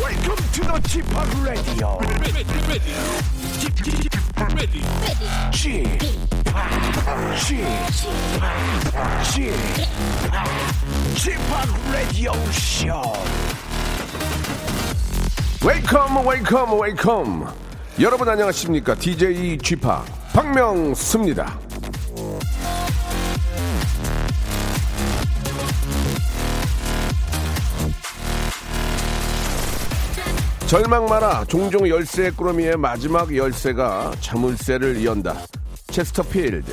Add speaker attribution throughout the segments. Speaker 1: Welcome to the Chip Radio.
Speaker 2: ready, ready, ready, ready.
Speaker 1: Chip, Chip, Chip, Chip Radio Show.
Speaker 3: 웨이컴 웨이컴 웨이컴 여러분 안녕하십니까 DJ g 파 박명수입니다 절망 마라 종종 열쇠 꾸러미의 마지막 열쇠가 자물쇠를 이언다 체스터필드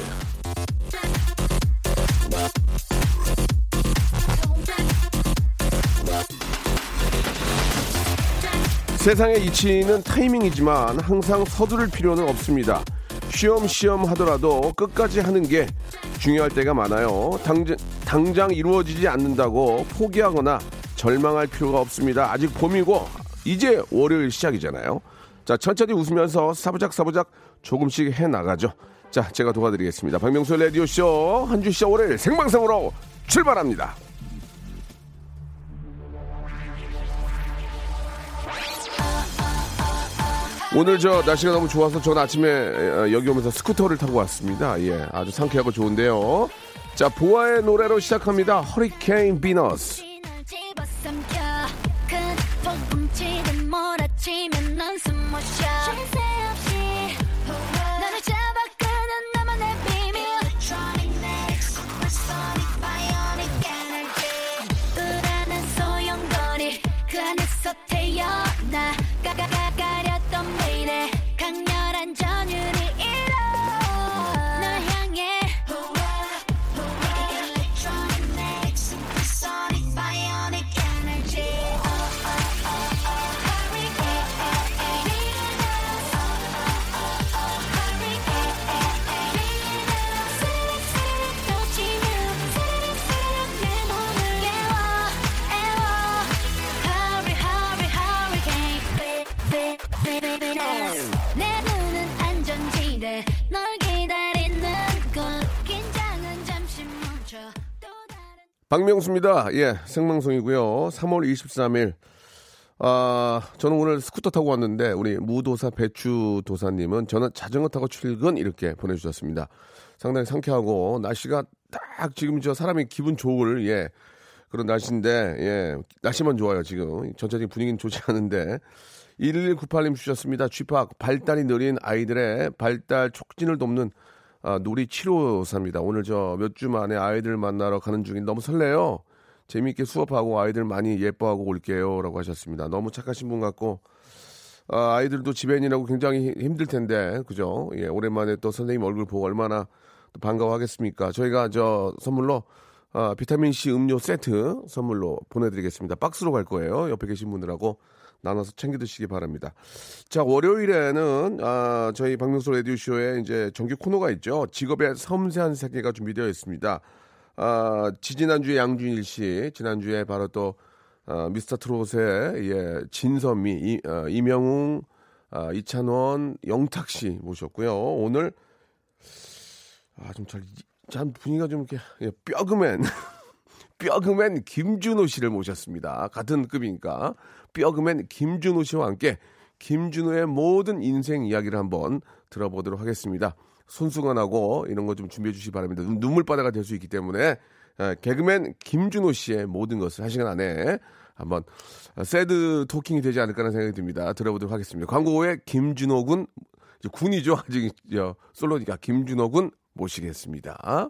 Speaker 3: 세상의 이치는 타이밍이지만 항상 서두를 필요는 없습니다. 쉬엄쉬엄 하더라도 끝까지 하는 게 중요할 때가 많아요. 당장, 당장 이루어지지 않는다고 포기하거나 절망할 필요가 없습니다. 아직 봄이고 이제 월요일 시작이잖아요. 자, 천천히 웃으면서 사부작 사부작 조금씩 해 나가죠. 자, 제가 도와드리겠습니다. 박명수 라디오 쇼 한 주 시작 월요일 생방송으로 출발합니다. 오늘 저 날씨가 너무 좋아서 전 아침에 어, 여기 오면서 스쿠터를 타고 왔습니다. 예, 아주 상쾌하고 좋은데요. 자, 보아의 노래로 시작합니다. 허리케인 비너스.
Speaker 4: 날 집어삼켜 큰 폭음치를 몰아치면 넌 숨어쉬어 쉴새 없이 나를 잡아끄는 나만의 비밀 우라는 소용돌이 그 안에서 태어나 가가가가렸던 미래 강렬한 전율이 일어 널 향해 아, 내 눈은 네, 안전지대 널 기다리는 곳 긴장은 잠시 멈춰 또 다른
Speaker 3: 박명수입니다. 예, 생방송이고요. 3월 23일. 아, 저는 오늘 스쿠터 타고 왔는데 우리 무도사 배추 도사님은 저는 자전거 타고 출근 이렇게 보내주셨습니다. 상당히 상쾌하고 날씨가 딱 지금 저 사람이 기분 좋을 예 그런 날씨인데 예 날씨만 좋아요 지금 전체적인 분위기는 좋지 않은데 1198님 주셨습니다. 쥐팍 발달이 느린 아이들의 발달 촉진을 돕는 아, 놀이 치료사입니다. 오늘 저 몇 주 만에 아이들 만나러 가는 중인 너무 설레요. 재미있게 수업하고 아이들 많이 예뻐하고 올게요라고 하셨습니다. 너무 착하신 분 같고 아, 아이들도 집에인이라고 굉장히 힘- 힘들 텐데 그죠? 예, 오랜만에 또 선생님 얼굴 보고 얼마나 또 반가워하겠습니까? 저희가 저 선물로 아, 비타민 C 음료 세트 선물로 보내드리겠습니다. 박스로 갈 거예요. 옆에 계신 분들하고 나눠서 챙겨 드시기 바랍니다. 자 월요일에는 아, 저희 박명수 라디오 쇼에 이제 정규 코너가 있죠. 직업의 섬세한 세계가 준비되어 있습니다. 아, 지지난주에 양준일 씨, 지난주에 바로 또 어, 미스터 트롯의 예, 진선미, 이, 어, 이명웅, 아, 이찬원, 영탁 씨 모셨고요. 오늘 아, 좀 잘, 참 분위기가 좀 이렇게 예, 뼈그맨. 뼈그맨 김준호 씨를 모셨습니다. 같은 급이니까 뼈그맨 김준호 씨와 함께 김준호의 모든 인생 이야기를 한번 들어보도록 하겠습니다. 손수건하고 이런 거 좀 준비해 주시기 바랍니다. 눈- 눈물바다가 될 수 있기 때문에 에, 개그맨 김준호 씨의 모든 것을 한 시간 안에 한번 어, 새드 토킹이 되지 않을까라는 생각이 듭니다. 들어보도록 하겠습니다. 광고 후에 김준호 군 이제 군이죠. 아직 저 솔로니까 김준호 군 모시겠습니다.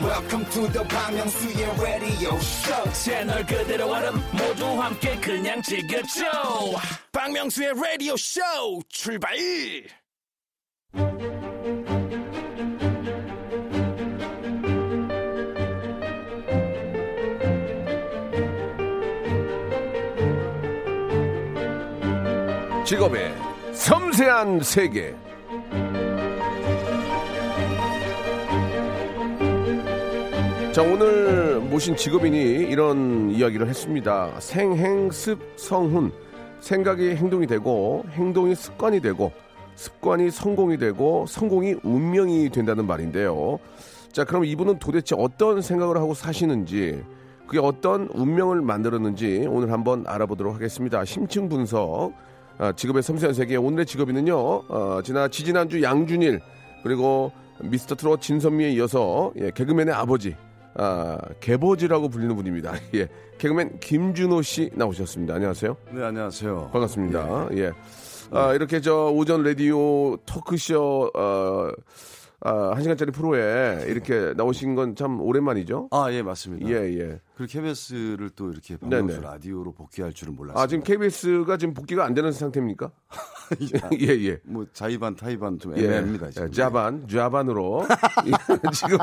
Speaker 5: welcome to the Bang Myung-soo's radio show
Speaker 6: 채널 그대로 와름 모두 함께 그냥 즐겨줘
Speaker 2: 박명수의 라디오 쇼 출발.
Speaker 3: 직업의 섬세한 세계. 자, 오늘 모신 직업인이 이런 이야기를 했습니다. 생행습 성훈. 생각이 행동이 되고, 행동이 습관이 되고, 습관이 성공이 되고, 성공이 운명이 된다는 말인데요. 자, 그럼 이분은 도대체 어떤 생각을 하고 사시는지, 그게 어떤 운명을 만들었는지 오늘 한번 알아보도록 하겠습니다. 심층 분석. 아, 직업의 섬세한 세계. 오늘의 직업인은요, 어, 지난, 지지난주 양준일, 그리고 미스터 트롯 진선미에 이어서 예, 개그맨의 아버지, 아, 개버지라고 불리는 분입니다. 예, 개그맨 김준호 씨 나오셨습니다. 안녕하세요.
Speaker 7: 네 안녕하세요. 네,
Speaker 3: 반갑습니다. 예. 아, 이렇게 저 오전 라디오 토크쇼 어, 아, 한 시간짜리 프로에 이렇게 나오신 건 참 오랜만이죠.
Speaker 7: 아 예 맞습니다.
Speaker 3: 예, 예.
Speaker 7: 그리고 KBS를 또 이렇게 방송수
Speaker 3: 네네.
Speaker 7: 라디오로 복귀할 줄은 몰랐어요.
Speaker 3: 아, 지금 KBS가 지금 복귀가 안 되는 상태입니까? 예, 예.
Speaker 7: 뭐 자이반 타이반 좀
Speaker 3: 예,
Speaker 7: 애매합니다. 지금.
Speaker 3: 예, 자반, 좌반으로 예, 지금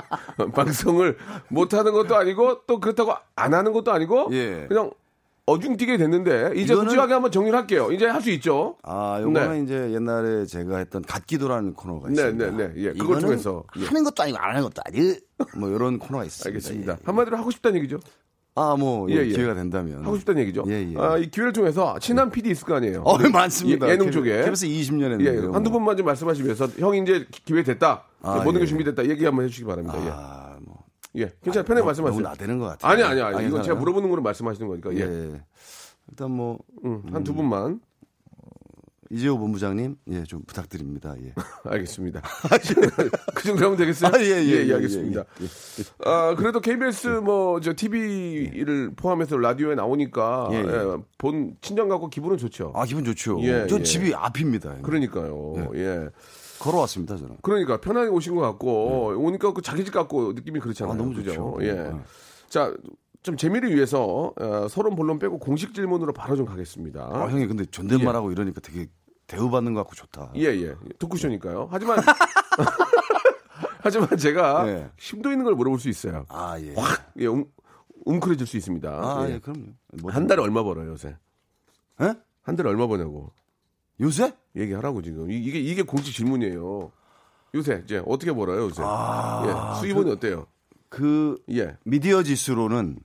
Speaker 3: 방송을 못 하는 것도 아니고 또 그렇다고 안 하는 것도 아니고
Speaker 7: 예.
Speaker 3: 그냥 어중뛰게 됐는데 이제
Speaker 7: 이거는-
Speaker 3: 솔직하게 한번 정리를 할게요. 이제 할 수 있죠.
Speaker 7: 아 요거는
Speaker 3: 네.
Speaker 7: 이제 옛날에 제가 했던 갓기도라는 코너가
Speaker 3: 네,
Speaker 7: 있습니다.
Speaker 3: 네, 네, 예, 그걸
Speaker 7: 이거는
Speaker 3: 통해서, 예.
Speaker 7: 하는 것도 아니고 안 하는 것도 아니. 뭐 이런 코너가 있습니다.
Speaker 3: 알겠습니다.
Speaker 7: 예.
Speaker 3: 한마디로 하고 싶다는 얘기죠.
Speaker 7: 아뭐
Speaker 3: 예, 예.
Speaker 7: 기회가 된다면
Speaker 3: 하고 싶다는 얘기죠.
Speaker 7: 예, 예.
Speaker 3: 아, 이 기회를 통해서 친한 PD 있을 거 아니에요.
Speaker 7: 어
Speaker 3: 우리
Speaker 7: 많습니다.
Speaker 3: 예, 예능
Speaker 7: KBS
Speaker 3: 쪽에.
Speaker 7: KBS 20년
Speaker 3: 예,
Speaker 7: 했는데
Speaker 3: 한두 번만 좀 말씀하시면서 형 이제 기- 기회 됐다.
Speaker 7: 아,
Speaker 3: 모든 게
Speaker 7: 예.
Speaker 3: 준비됐다. 얘기 한번 해주시기 바랍니다.
Speaker 7: 아뭐
Speaker 3: 예. 예. 괜찮아요. 편하게 말씀하세요.
Speaker 7: 너무 나대는 것 같아요.
Speaker 3: 아니, 아니, 아니.
Speaker 7: 아,
Speaker 3: 이건
Speaker 7: 괜찮아요?
Speaker 3: 제가 물어보는 거로 말씀하시는 거니까. 예. 음,
Speaker 7: 예. 일단 뭐
Speaker 3: 한 두 분만.
Speaker 7: 이재호 본부장님 예 좀 부탁드립니다. 예.
Speaker 3: 알겠습니다. 그 정도 하면 되겠어요?
Speaker 7: 아, 예, 예, 예, 예,
Speaker 3: 알겠습니다. 아, 그래도 KBS 뭐 저 TV를 포함해서 라디오에 나오니까
Speaker 7: 예, 예.
Speaker 3: 예, 본 친정 갖고 기분은 좋죠.
Speaker 7: 아 기분 좋죠.
Speaker 3: 예,
Speaker 7: 전
Speaker 3: 예.
Speaker 7: 집이 앞입니다. 그래.
Speaker 3: 그러니까요. 예.
Speaker 7: 걸어왔습니다 저는.
Speaker 3: 그러니까 편하게 오신 것 같고 오니까 그 자기 집 같고 느낌이 그렇잖아요.
Speaker 7: 네. 아, 너무
Speaker 3: 그죠?
Speaker 7: 좋죠.
Speaker 3: 예.
Speaker 7: 네.
Speaker 3: 자, 좀 재미를 위해서 어, 서론 본론 빼고 공식 질문으로 바로 좀 가겠습니다.
Speaker 7: 아 형이 근데 존댓말하고 이러니까 되게 대우받는 것 같고 좋다.
Speaker 3: 예, 예. 토크쇼니까요. 하지만 하지만 제가
Speaker 7: 네.
Speaker 3: 심도 있는 걸 물어볼 수 있어요.
Speaker 7: 아 예.
Speaker 3: 예, 웅, 웅크려질 수 있습니다.
Speaker 7: 아
Speaker 3: 예.
Speaker 7: 예. 그럼요. 뭐,
Speaker 3: 한 달에 얼마 벌어요, 요새?
Speaker 7: 예?
Speaker 3: 한 달에 얼마 버냐고.
Speaker 7: 요새?
Speaker 3: 얘기하라고 지금. 이, 게 이게 공식 질문이에요. 요새 이제 어떻게 벌어요, 요새?
Speaker 7: 아,
Speaker 3: 예. 수입원이 어때요?
Speaker 7: 그
Speaker 3: 예.
Speaker 7: 미디어 지수로는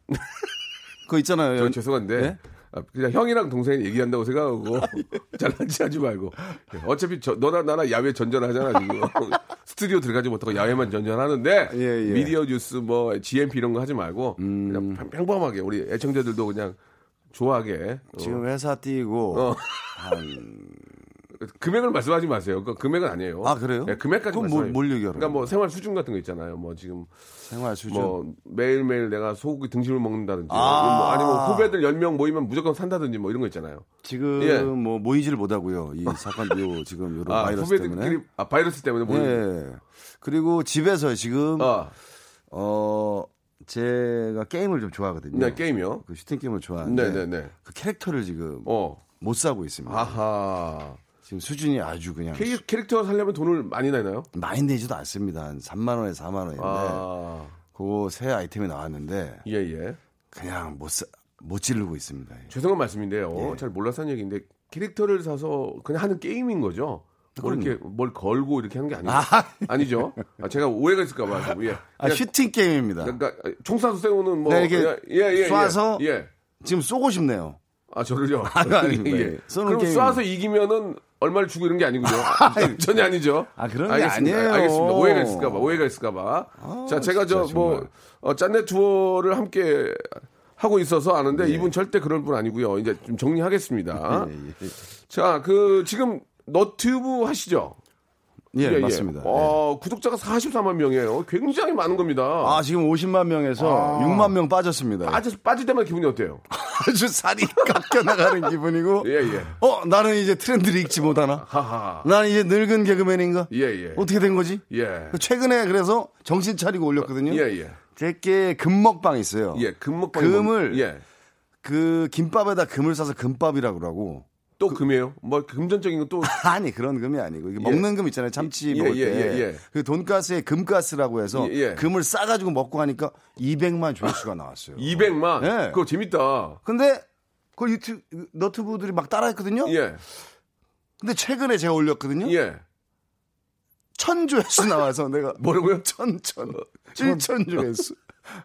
Speaker 7: 그거 있잖아요.
Speaker 3: 저 어, 죄송한데
Speaker 7: 예?
Speaker 3: 아, 그냥 형이랑 동생이 얘기한다고 생각하고 잘난 체하지 말고 예, 어차피 저, 너나 나나 야외 전전하잖아 지금 스튜디오 들어가지 못하고 야외만 전전하는데
Speaker 7: 예, 음. 예.
Speaker 3: 미디어 뉴스 뭐 GMP 이런 거 하지 말고 그냥 평- 평범하게 우리 애청자들도 그냥 좋아하게 어,
Speaker 7: 지금 회사 뛰고
Speaker 3: 어.
Speaker 7: 한
Speaker 3: 금액을 말씀하지 마세요. 그 금액은 아니에요.
Speaker 7: 아, 그래요?
Speaker 3: 예, 금액까지
Speaker 7: 그건 뭘-
Speaker 3: 말씀하지-
Speaker 7: 뭘 얘기하라고
Speaker 3: 그러니까 뭐 생활 수준 같은 거 있잖아요. 뭐 지금
Speaker 7: 생활 수준.
Speaker 3: 뭐 매일 매일 내가 소고기 등심을 먹는다든지
Speaker 7: 아.
Speaker 3: 뭐 아니면 후배들 10명 모이면 무조건 산다든지 뭐 이런 거 있잖아요.
Speaker 7: 지금
Speaker 3: 예. 어.
Speaker 7: 뭐 모이지를 못하고요. 이 사건 요 지금 요런
Speaker 3: 아,
Speaker 7: 바이러스
Speaker 3: 후배들끼리
Speaker 7: 때문에.
Speaker 3: 아 바이러스 때문에 모르
Speaker 7: 예. 그리고 집에서 지금
Speaker 3: 아,
Speaker 7: 어 제가 게임을 좀 좋아하거든요.
Speaker 3: 네 게임이요.
Speaker 7: 그 슈팅 게임을 좋아하는데
Speaker 3: 네네네.
Speaker 7: 그 캐릭터를 지금
Speaker 3: 어,
Speaker 7: 못 사고 있습니다.
Speaker 3: 아하.
Speaker 7: 지금 수준이 아주 그냥
Speaker 3: 캐, 캐릭터 살려면 돈을 많이 내나요?
Speaker 7: 많이 내지도 않습니다. 한 3만 원에 4만 원인데
Speaker 3: 아,
Speaker 7: 그거 새 아이템이 나왔는데
Speaker 3: 예 예.
Speaker 7: 그냥 못 사, 못 지르고 있습니다.
Speaker 3: 죄송한 말씀인데요.
Speaker 7: 예.
Speaker 3: 잘 몰라서 한 얘기인데 캐릭터를 사서 그냥 하는 게임인 거죠. 뭐 이렇게 뭘 걸고 이렇게 하는 게 아니죠. 아. 니죠 제가 오해가 있을까봐. 예.
Speaker 7: 네. 아,
Speaker 3: 그냥-
Speaker 7: 슈팅 게임입니다.
Speaker 3: 그러니까 총사수 세우는 뭐
Speaker 7: 네, 이렇게
Speaker 3: 그냥- 예, 예, 예.
Speaker 7: 쏴서-
Speaker 3: 예.
Speaker 7: 지금 쏘고 싶네요.
Speaker 3: 아 저를요. 네.
Speaker 7: 아니, 아닙니다. 예. 쏘는
Speaker 3: 그럼
Speaker 7: 게임은-
Speaker 3: 쏴서 이기면은 얼마를 주고 이런 게 아니군요. 아, 전혀 아니죠.
Speaker 7: 아, 그런 게
Speaker 3: 알겠습니다.
Speaker 7: 아니에요. 아,
Speaker 3: 알겠습니다. 오해가 있을까봐. 오해가 있을까봐. 자 제가
Speaker 7: 진짜
Speaker 3: 저 뭐
Speaker 7: 정말.
Speaker 3: 짠내 투어를 함께 하고 있어서 아는데
Speaker 7: 네.
Speaker 3: 이분 절대 그럴 분 아니고요. 이제 좀 예,
Speaker 7: 예,
Speaker 3: 정리하겠습니다. 자 그 지금 너튜브 하시죠?
Speaker 7: 예, 맞습니다. 예.
Speaker 3: 어, 구독자가 44만 명이에요. 굉장히 많은 겁니다.
Speaker 7: 아 지금 50만 명에서 6만 명 빠졌습니다.
Speaker 3: 아. 빠져, 빠질 때마다 기분이 어때요?
Speaker 7: 아주 살이 깎여 나가는 기분이고.
Speaker 3: 예, 예.
Speaker 7: 어 나는 이제 트렌드를 읽지 못하나?
Speaker 3: 하하.
Speaker 7: 나는 이제 늙은 개그맨인가?
Speaker 3: 예, 예.
Speaker 7: 음. 어떻게 된 거지?
Speaker 3: 예.
Speaker 7: 최근에 그래서 정신 차리고 올렸거든요.
Speaker 3: 예, 예.
Speaker 7: 제게 금먹방 있어요.
Speaker 3: 예, 금목방.
Speaker 7: 금을
Speaker 3: 예.
Speaker 7: 그 김밥에다 금을 싸서 금밥이라고 그러고.
Speaker 3: 또 금이에요? 뭐 금전적인 건 또.
Speaker 7: 아니 그런 금이 아니고 이게 먹는 금 있잖아요 참치
Speaker 3: 예,
Speaker 7: 먹을
Speaker 3: 예,
Speaker 7: 때
Speaker 3: 예, 예.
Speaker 7: 그 돈가스에 금가스라고 해서
Speaker 3: 예, 예.
Speaker 7: 금을 싸가지고 먹고 하니까 200만 조회수가 나왔어요.
Speaker 3: 200만.
Speaker 7: 예.
Speaker 3: 그거 재밌다.
Speaker 7: 근데 그 유튜브 너트브들이 막 따라했거든요.
Speaker 3: 예.
Speaker 7: 근데 최근에 제가 올렸거든요.
Speaker 3: 예.
Speaker 7: 천 조회수 나와서 내가
Speaker 3: 뭐라고요?
Speaker 7: 천,
Speaker 3: 어,
Speaker 7: 천. 일천 조회수.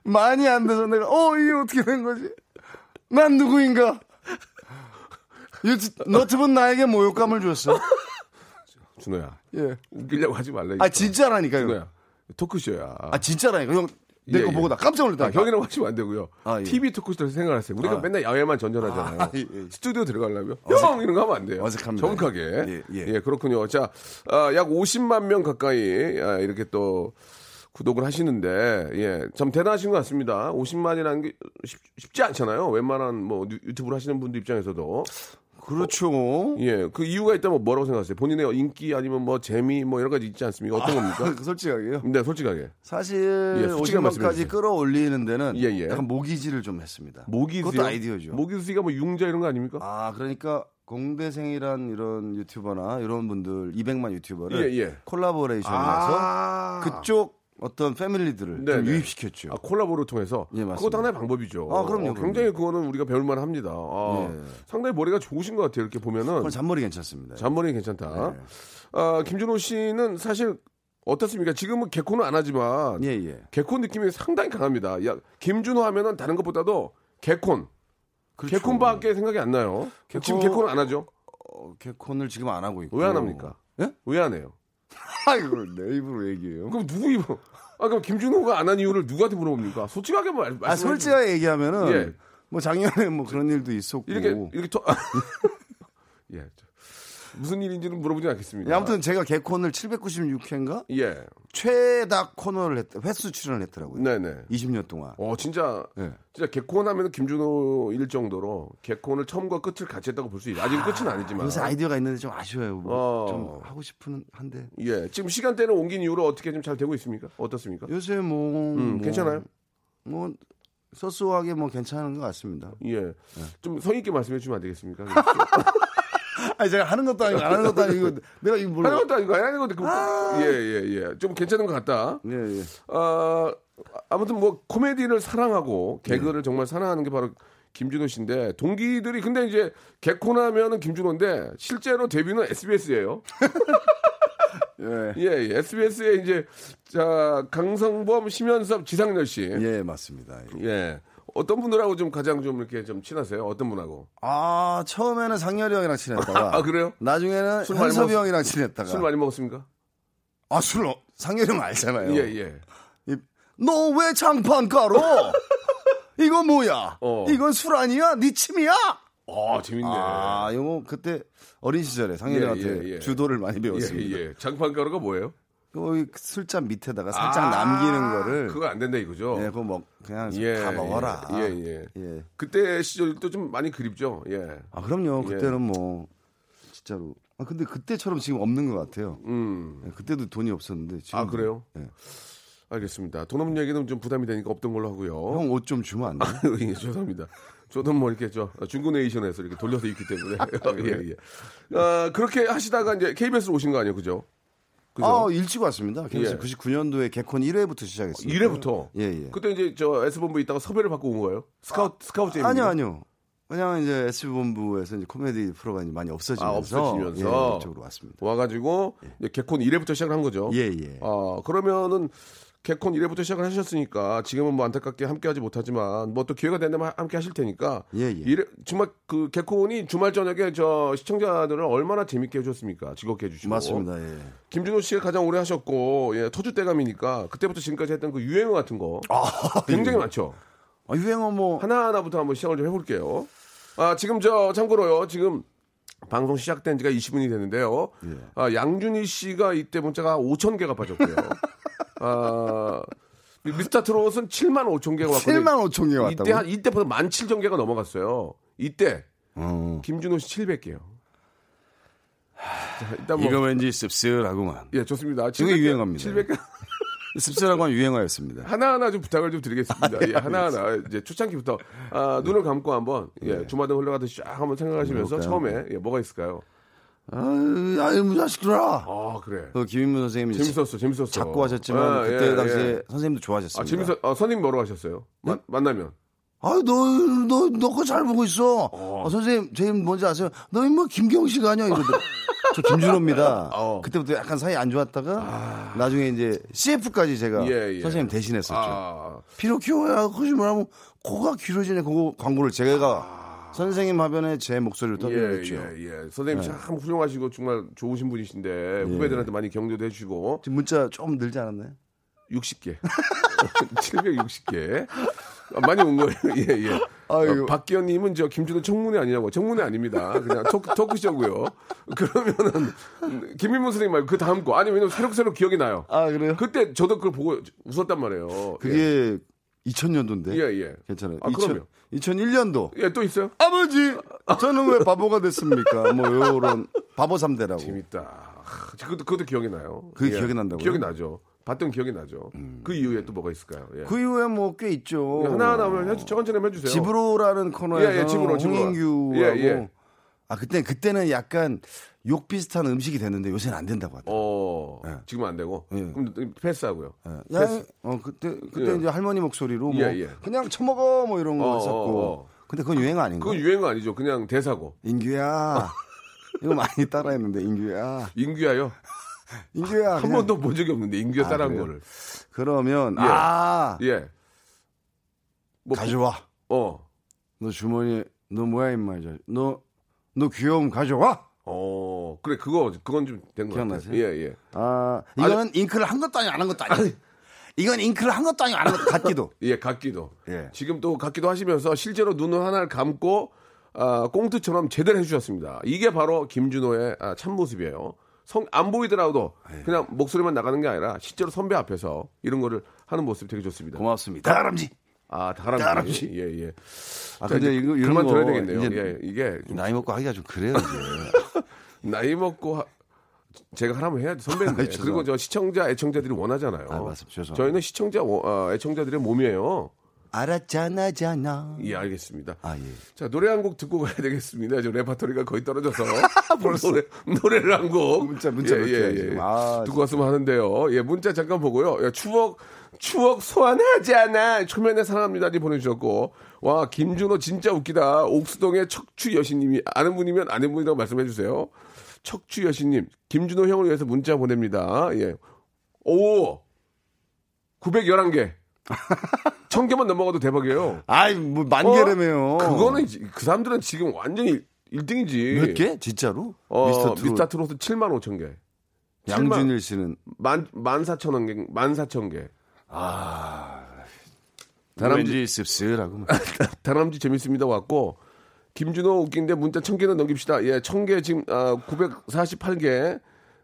Speaker 7: 많이 안 돼서 내가, 어, 이게 어떻게 된 거지? 난 누구인가? 유튜- 너트브는 나에게 모욕감을 줬어.
Speaker 3: 준호야.
Speaker 7: 예.
Speaker 3: 웃기려고 하지 말라.
Speaker 7: 아, 진짜라니까요.
Speaker 3: 준호야. 토크쇼야.
Speaker 7: 아, 진짜라니까. 형, 내
Speaker 3: 예,
Speaker 7: 거
Speaker 3: 예.
Speaker 7: 보고 나 깜짝 놀랐다.
Speaker 3: 아, 형이라고 하시면 안 되고요.
Speaker 7: 아, 예.
Speaker 3: TV 토크쇼에서 생각하세요. 우리가
Speaker 7: 아.
Speaker 3: 맨날 야외만 전전하잖아요.
Speaker 7: 아, 예, 예.
Speaker 3: 스튜디오 들어가려면 형 이런 거 하면 안 돼요.
Speaker 7: 어색합니다.
Speaker 3: 정확하게.
Speaker 7: 예, 예.
Speaker 3: 그렇군요. 자, 아, 약 50만 명 가까이 아, 이렇게 또 구독을 하시는데 예, 참 대단하신 것 같습니다. 50만이라는 게 쉽, 쉽지 않잖아요. 웬만한 뭐 유- 유튜브를 하시는 분들 입장에서도
Speaker 7: 그렇죠.
Speaker 3: 예, 그 이유가 있다면 뭐라고 생각하세요? 본인의 인기 아니면 뭐 재미 뭐 여러 가지 있지 않습니까?
Speaker 7: 아.
Speaker 3: 어떤 겁니까?
Speaker 7: 솔직하게요.
Speaker 3: 네, 솔직하게.
Speaker 7: 사실
Speaker 3: 예, 솔직히
Speaker 7: 50만까지
Speaker 3: 말씀해주세요.
Speaker 7: 끌어올리는 데는
Speaker 3: 예, 예.
Speaker 7: 약간 모기지를 좀 했습니다.
Speaker 3: 모기수
Speaker 7: 그것도 아이디어죠.
Speaker 3: 모기수가 뭐 융자 이런 거 아닙니까?
Speaker 7: 아 그러니까 공대생이란 이런 유튜버나 이런 분들 200만 유튜버를
Speaker 3: 예, 예.
Speaker 7: 콜라보레이션해서
Speaker 3: 아.
Speaker 7: 그쪽 어떤 패밀리들을 좀
Speaker 3: 네네.
Speaker 7: 유입시켰죠.
Speaker 3: 아, 콜라보를 통해서
Speaker 7: 예, 맞습니다.
Speaker 3: 그것도 하나의 방법이죠.
Speaker 7: 아, 그럼요,
Speaker 3: 어, 굉장히 그거는 우리가 배울만 합니다. 아,
Speaker 7: 예.
Speaker 3: 상당히 머리가 좋으신 것 같아요. 이렇게 보면은
Speaker 7: 오늘 잔머리 괜찮습니다.
Speaker 3: 잔머리 괜찮다.
Speaker 7: 네.
Speaker 3: 아, 김준호 씨는 사실 어떻습니까? 지금은 개코는 안 하지만
Speaker 7: 예 예.
Speaker 3: 개코 느낌이 상당히 강합니다. 야, 김준호 하면은 다른 것보다도 개콘.
Speaker 7: 그렇죠.
Speaker 3: 개콘밖에 생각이 안 나요. 지금 개코는 안 하죠.
Speaker 7: 어, 개콘을 지금 안 하고 있고
Speaker 3: 왜 안 합니까?
Speaker 7: 예?
Speaker 3: 왜 안 해요?
Speaker 7: 아이고 내 입으로 얘기해요.
Speaker 3: 그럼 누구 입 아, 그럼 김준호가 안 한 이유를 누구한테 물어봅니까? 솔직하게 말, 말씀해
Speaker 7: 아
Speaker 3: 주세요.
Speaker 7: 솔직하게 얘기하면은
Speaker 3: 예.
Speaker 7: 뭐 작년에 뭐 그런 일도 있었고
Speaker 3: 이렇게 이렇게 토... 예 저- 무슨 일인지는 물어보지 않겠습니다.
Speaker 7: 예, 아무튼 제가 개콘을 796회인가
Speaker 3: 예
Speaker 7: 최다 코너를 했, 횟수 출연을 했더라고요.
Speaker 3: 네네.
Speaker 7: 20년 동안.
Speaker 3: 어 진짜
Speaker 7: 예.
Speaker 3: 진짜 개콘하면 김준호일 정도로 개콘을 처음과 끝을 같이 했다고 볼 수 있어요. 아직 끝은 아니지만
Speaker 7: 요새 아이디어가 있는데 좀 아쉬워요. 뭐
Speaker 3: 어.
Speaker 7: 좀 하고 싶은 한데
Speaker 3: 예 지금 시간대는 옮긴 이후로 어떻게 좀 잘 되고 있습니까? 어떻습니까?
Speaker 7: 요새 뭐,
Speaker 3: 음,
Speaker 7: 뭐,
Speaker 3: 괜찮아요.
Speaker 7: 뭐 소소하게 뭐 괜찮은 것 같습니다.
Speaker 3: 예 좀 성의 있게 말씀해 주면 안 되겠습니까?
Speaker 7: 아니 제가 하는 것도 아니고 안 하는 것도 아니고 내가 이거
Speaker 3: 하는
Speaker 7: 몰라.
Speaker 3: 것도 아니고 안 하는 것도 예예예좀 괜찮은 것 같다.
Speaker 7: 예, 예.
Speaker 3: 아, 아무튼 뭐 코미디를 사랑하고 개그를
Speaker 7: 네.
Speaker 3: 정말 사랑하는 게 바로 김준호 씨인데 동기들이 근데 이제 개콘하면은 김준호인데 실제로 데뷔는 SBS예요.
Speaker 7: 예.
Speaker 3: 예, 예. SBS에 이제 자 강성범, 심연섭, 지상렬 씨. 예.
Speaker 7: 예, 맞습니다. 예.
Speaker 3: 어떤 분들하고 좀 가장 좀 이렇게 좀 친하세요? 어떤 분하고?
Speaker 7: 아, 처음에는 상렬이 형이랑 친했다가
Speaker 3: 아, 그래요?
Speaker 7: 나중에는
Speaker 3: 술 많이
Speaker 7: 한섭이
Speaker 3: 먹었-
Speaker 7: 형이랑 친했다가
Speaker 3: 술 많이 먹었습니까?
Speaker 7: 아, 술 어, 상렬이 형 알잖아요.
Speaker 3: 예, 예.
Speaker 7: 너 왜 장판 깔어? 이거 뭐야?
Speaker 3: 어.
Speaker 7: 이건 술 아니야? 네 침이야?
Speaker 3: 아, 재밌네.
Speaker 7: 아, 이거 그때 어린 시절에 상현이한테
Speaker 3: 예, 예, 예.
Speaker 7: 주도를 많이
Speaker 3: 예,
Speaker 7: 배웠습니다.
Speaker 3: 예. 장판가루가 뭐예요?
Speaker 7: 그 술잔 밑에다가 살짝 남기는 거를
Speaker 3: 그거 안 된다 이거죠.
Speaker 7: 예, 그거 먹 그냥 네. 다 먹어라.
Speaker 3: 예, 예.
Speaker 7: 예.
Speaker 3: 그때 시절도 좀 많이 그립죠. 예.
Speaker 7: 아, 그럼요. 그때는 뭐 진짜로. 아, 근데 그때처럼 지금 없는 것 같아요.
Speaker 3: 음.
Speaker 7: 예, 그때도 돈이 없었는데 지금
Speaker 3: 아, 그래요?
Speaker 7: 예.
Speaker 3: 알겠습니다. 돈 없는 얘기는 좀 부담이 되니까 없던 걸로 하고요.
Speaker 7: 형 옷 좀 주면 안 돼?
Speaker 3: 예, 죄송합니다. 저도 뭐 이렇게 저 중고네이션에서 이렇게 돌려서 입기 때문에.
Speaker 7: 아,
Speaker 3: 예, 예. 아, 그렇게 하시다가 이제 KBS 로 오신 거 아니에요? 그죠? 그죠?
Speaker 7: 아, 일찍 왔습니다.
Speaker 3: 예.
Speaker 7: 99년도에 개콘 1회부터 시작했습니다.
Speaker 3: 1회부터.
Speaker 7: 예, 예.
Speaker 3: 그때 이제 저 S본부 있다가 섭외를 받고 온 거예요? 스카우트, 스카우트 제이
Speaker 7: 아니요, 아니요. 그냥 이제 SB본부에서 이제 코미디 프로가 이제 많이 없어지면서,
Speaker 3: 아, 없어지면서.
Speaker 7: 예, 이쪽으로 왔습니다.
Speaker 3: 와가지고 이제 개콘 1회부터 시작을 한 거죠.
Speaker 7: 예, 예.
Speaker 3: 아 그러면은 개콘 1회부터 시작을 하셨으니까 지금은 뭐 안타깝게 함께하지 못하지만 뭐 또 기회가 된다면 하- 함께 하실 테니까.
Speaker 7: 예, 예.
Speaker 3: 일회- 정말 그 개콘이 주말 저녁에 저 시청자들을 얼마나 재밌게 해줬습니까? 즐겁게 해주시고.
Speaker 7: 맞습니다. 예.
Speaker 3: 김준호 씨가 가장 오래 하셨고 예, 터줏대감이니까 그때부터 지금까지 했던 그 유행어 같은 거
Speaker 7: 예.
Speaker 3: 굉장히 많죠.
Speaker 7: 아, 유행어 뭐
Speaker 3: 하나하나부터 한번 시작을 좀 해볼게요. 아, 지금 저 참고로요. 지금 방송 시작된 지가 20분이 됐는데요.
Speaker 7: 예.
Speaker 3: 아, 양준희 씨가 이때 문자가 5천 개가 빠졌고요. 아, 미스터 트롯은 7만 5천 개가 왔거든요.
Speaker 7: 7만 5천 개 왔다고.
Speaker 3: 이때 한 이때부터 1만 7천 개가 넘어갔어요. 이때
Speaker 7: 어.
Speaker 3: 김준호 씨 700개요. 자, 일단 뭐
Speaker 7: 이거 왠지 씁쓸하구만.
Speaker 3: 예, 좋습니다.
Speaker 7: 이거 유행합니다.
Speaker 3: 700개
Speaker 7: 씁쓸하구만 유행어였습니다.
Speaker 3: 하나하나 좀 부탁을 좀
Speaker 7: 아,
Speaker 3: 드리겠습니다.
Speaker 7: 네,
Speaker 3: 예, 하나하나 이제 초창기부터 아, 눈을 감고 한번 예,
Speaker 7: 네.
Speaker 3: 주마등 흘러가듯이 쫙 한번 생각하시면서 처음에 예, 뭐가 있을까요?
Speaker 7: 아유, 아유, 뭐 자식들아.
Speaker 3: 아 그래.
Speaker 7: 그 김인문 선생님이
Speaker 3: 재밌었어, 재밌었어.
Speaker 7: 자꾸 하셨지만
Speaker 3: 아,
Speaker 7: 그때
Speaker 3: 예,
Speaker 7: 당시에 네?
Speaker 3: 예.
Speaker 7: 선생님도
Speaker 3: 아
Speaker 7: 좋아하셨습니다.
Speaker 3: 재밌어. 어, 선임 뭐로 가셨어요? 마- 만나면
Speaker 7: 아유 너너너거잘 보고 있어. 어, 선생님 제 이름 뭔지 아세요? 너 이거 뭐 김경식 아니야 이러더. 저 김준호입니다. 그때부터 약간 사이 안 좋았다가 나중에 이제 CF까지 제가
Speaker 3: 예, 예.
Speaker 7: 선생님 대신했었죠.
Speaker 3: 아,
Speaker 7: 피로 키워야 거짓말하면 코가 길어지네. 그거 광고를 제가 선생님 화면에 제 목소리를
Speaker 3: 예,
Speaker 7: 떠들었죠. 네.
Speaker 3: 예, 예. 선생님 참 훌륭하시고 정말 좋으신 분이신데 후배들한테 많이 경려도 해주시고
Speaker 7: 지금 문자 좀 늘지 않았나요?
Speaker 3: 60개. 760개. 아, 많이 온 거예요. 예, 예.
Speaker 7: 아이고.
Speaker 3: 어, 박기현님은 저 김준호 청문회 아니냐고. 청문회 아닙니다. 그냥 토크, 토크쇼고요. 그러면은 김민문 선생님 말고 그 다음 거. 아니 왜냐면 새록새록 기억이 나요.
Speaker 7: 아 그래요?
Speaker 3: 그때 저도 그걸 보고 웃었단 말이에요.
Speaker 7: 그게 2000년도인데.
Speaker 3: 예, 예.
Speaker 7: 괜찮아요.
Speaker 3: 아, 그럼요.
Speaker 7: 2001년도.
Speaker 3: 예, 또 있어요?
Speaker 7: 아버지 저는 왜 바보가 됐습니까? 뭐 요런 바보 삼대라고
Speaker 3: 재밌다. 하, 그것도, 그것도 기억이 나요. 예.
Speaker 7: 그게 기억이 난다고요? 음.
Speaker 3: 기억이 나죠. 봤던 기억이 나죠. 그 이후에 또 뭐가 있을까요? 예.
Speaker 7: 그 이후에 뭐 꽤 있죠.
Speaker 3: 하나하나 한번 해주, 천천히 한번 해주세요.
Speaker 7: 집으로라는 코너에서
Speaker 3: 예, 예, 집으로, 집으로.
Speaker 7: 홍인규하고
Speaker 3: 예, 예.
Speaker 7: 아 그때 그때는 약간 욕 비슷한 음식이 됐는데 요새는 안 된다고 하더라고.
Speaker 3: 어, 지금 은안 되고. 그럼 패스하고요.
Speaker 7: 네. 예. 야, 어 그때 그때
Speaker 3: 네. 예.
Speaker 7: 이제 할머니 목소리로 뭐
Speaker 3: 예, 예.
Speaker 7: 그냥 처먹어 뭐 이런 거
Speaker 3: 어,
Speaker 7: 했었고.
Speaker 3: 어, 어.
Speaker 7: 근데 그건 유행 아닌가?
Speaker 3: 그건 유행 아니죠. 그냥 대사고.
Speaker 7: 인규야. 이거 많이 따라했는데 인규야.
Speaker 3: 인규야요?
Speaker 7: 인규야.
Speaker 3: 한
Speaker 7: 그냥-
Speaker 3: 번도 본 적이 없는데 인규야
Speaker 7: 아,
Speaker 3: 따라한
Speaker 7: 그래요?
Speaker 3: 거를.
Speaker 7: 그러면
Speaker 3: 예.
Speaker 7: 아
Speaker 3: 예. 뭐
Speaker 7: 가져와.
Speaker 3: 어.
Speaker 7: 너 주머니 너 뭐야 임마 이제 너너 귀여움 가져와
Speaker 3: 어. 그래 그거 그건 좀 된 거 같아요.
Speaker 7: 기억나세요?
Speaker 3: 예, 예.
Speaker 7: 아 이거는 잉크를 한 것도 아니고 안 한 것도 아니고 이건 잉크를 한 것도 아니고 안 한 것도 같기도
Speaker 3: 예, 각기도.
Speaker 7: 예.
Speaker 3: 지금 또 각기도 하시면서 실제로 눈을 하나를 감고 아, 꽁트처럼 제대로 해주셨습니다. 이게 바로 김준호의 아, 참모습이에요. 성, 안 보이더라도
Speaker 7: 아, 예.
Speaker 3: 그냥 목소리만 나가는 게 아니라 실제로 선배 앞에서 이런 거를 하는 모습이 되게 좋습니다.
Speaker 7: 고맙습니다 다람쥐
Speaker 3: 아, 다람쥐.
Speaker 7: 다람쥐.
Speaker 3: 예, 예.
Speaker 7: 아
Speaker 3: 자,
Speaker 7: 근데
Speaker 3: 이제
Speaker 7: 이거 이런
Speaker 3: 그만
Speaker 7: 거
Speaker 3: 들어야 되겠네요.
Speaker 7: 이제
Speaker 3: 예, 이게 좀
Speaker 7: 나이 먹고 하기가 좀 그래요 이제
Speaker 3: 나이 먹고 하- 제가 하라면 해야지 선배인데
Speaker 7: 아, 죄송합니다.
Speaker 3: 그리고 저 시청자 애청자들이 원하잖아요.
Speaker 7: 아, 맞습니다. 죄송합니다.
Speaker 3: 저희는 시청자 어, 아, 애청자들의 몸이에요.
Speaker 7: 알았잖아 잖아
Speaker 3: 예 알겠습니다.
Speaker 7: 아, 예.
Speaker 3: 자 노래 한 곡 듣고 가야 되겠습니다. 지금 레파토리가 거의 떨어져서 노래 노래를 한 곡. 예,
Speaker 7: 문자, 문자 몇 개야, 지금. 아,
Speaker 3: 듣고 왔으면 하는데요. 예 문자 잠깐 보고요. 야, 추억 추억 소환하잖아. 초면에 사랑합니다니 보내주셨고 와 김준호 진짜 웃기다. 옥수동의 척추 여신님이 아는 분이면 아는 분이라고 말씀해 주세요. 척추 여신님 김준호 형을 위해서 문자 보냅니다. 예. 오 911개. 1000개만 넘어가도 대박이에요.
Speaker 7: 아이 뭐 만개라며요
Speaker 3: 그거는 지- 그 사람들은 지금 완전히 1등이지.
Speaker 7: 몇 개? 진짜로?
Speaker 3: 어,
Speaker 7: 미스터 트롯
Speaker 3: 미스터 트롯은 7만 5천 개.
Speaker 7: 양준일 씨는
Speaker 3: 만, 만 4천 원 개, 만 4천 개.
Speaker 7: 다람쥐 씁쓸하고 뭐.
Speaker 3: 다람쥐 재밌습니다 왔고, 김준호 웃긴데 문자 천 개는 넘깁시다. 예, 천 개 지금, 아, 948개.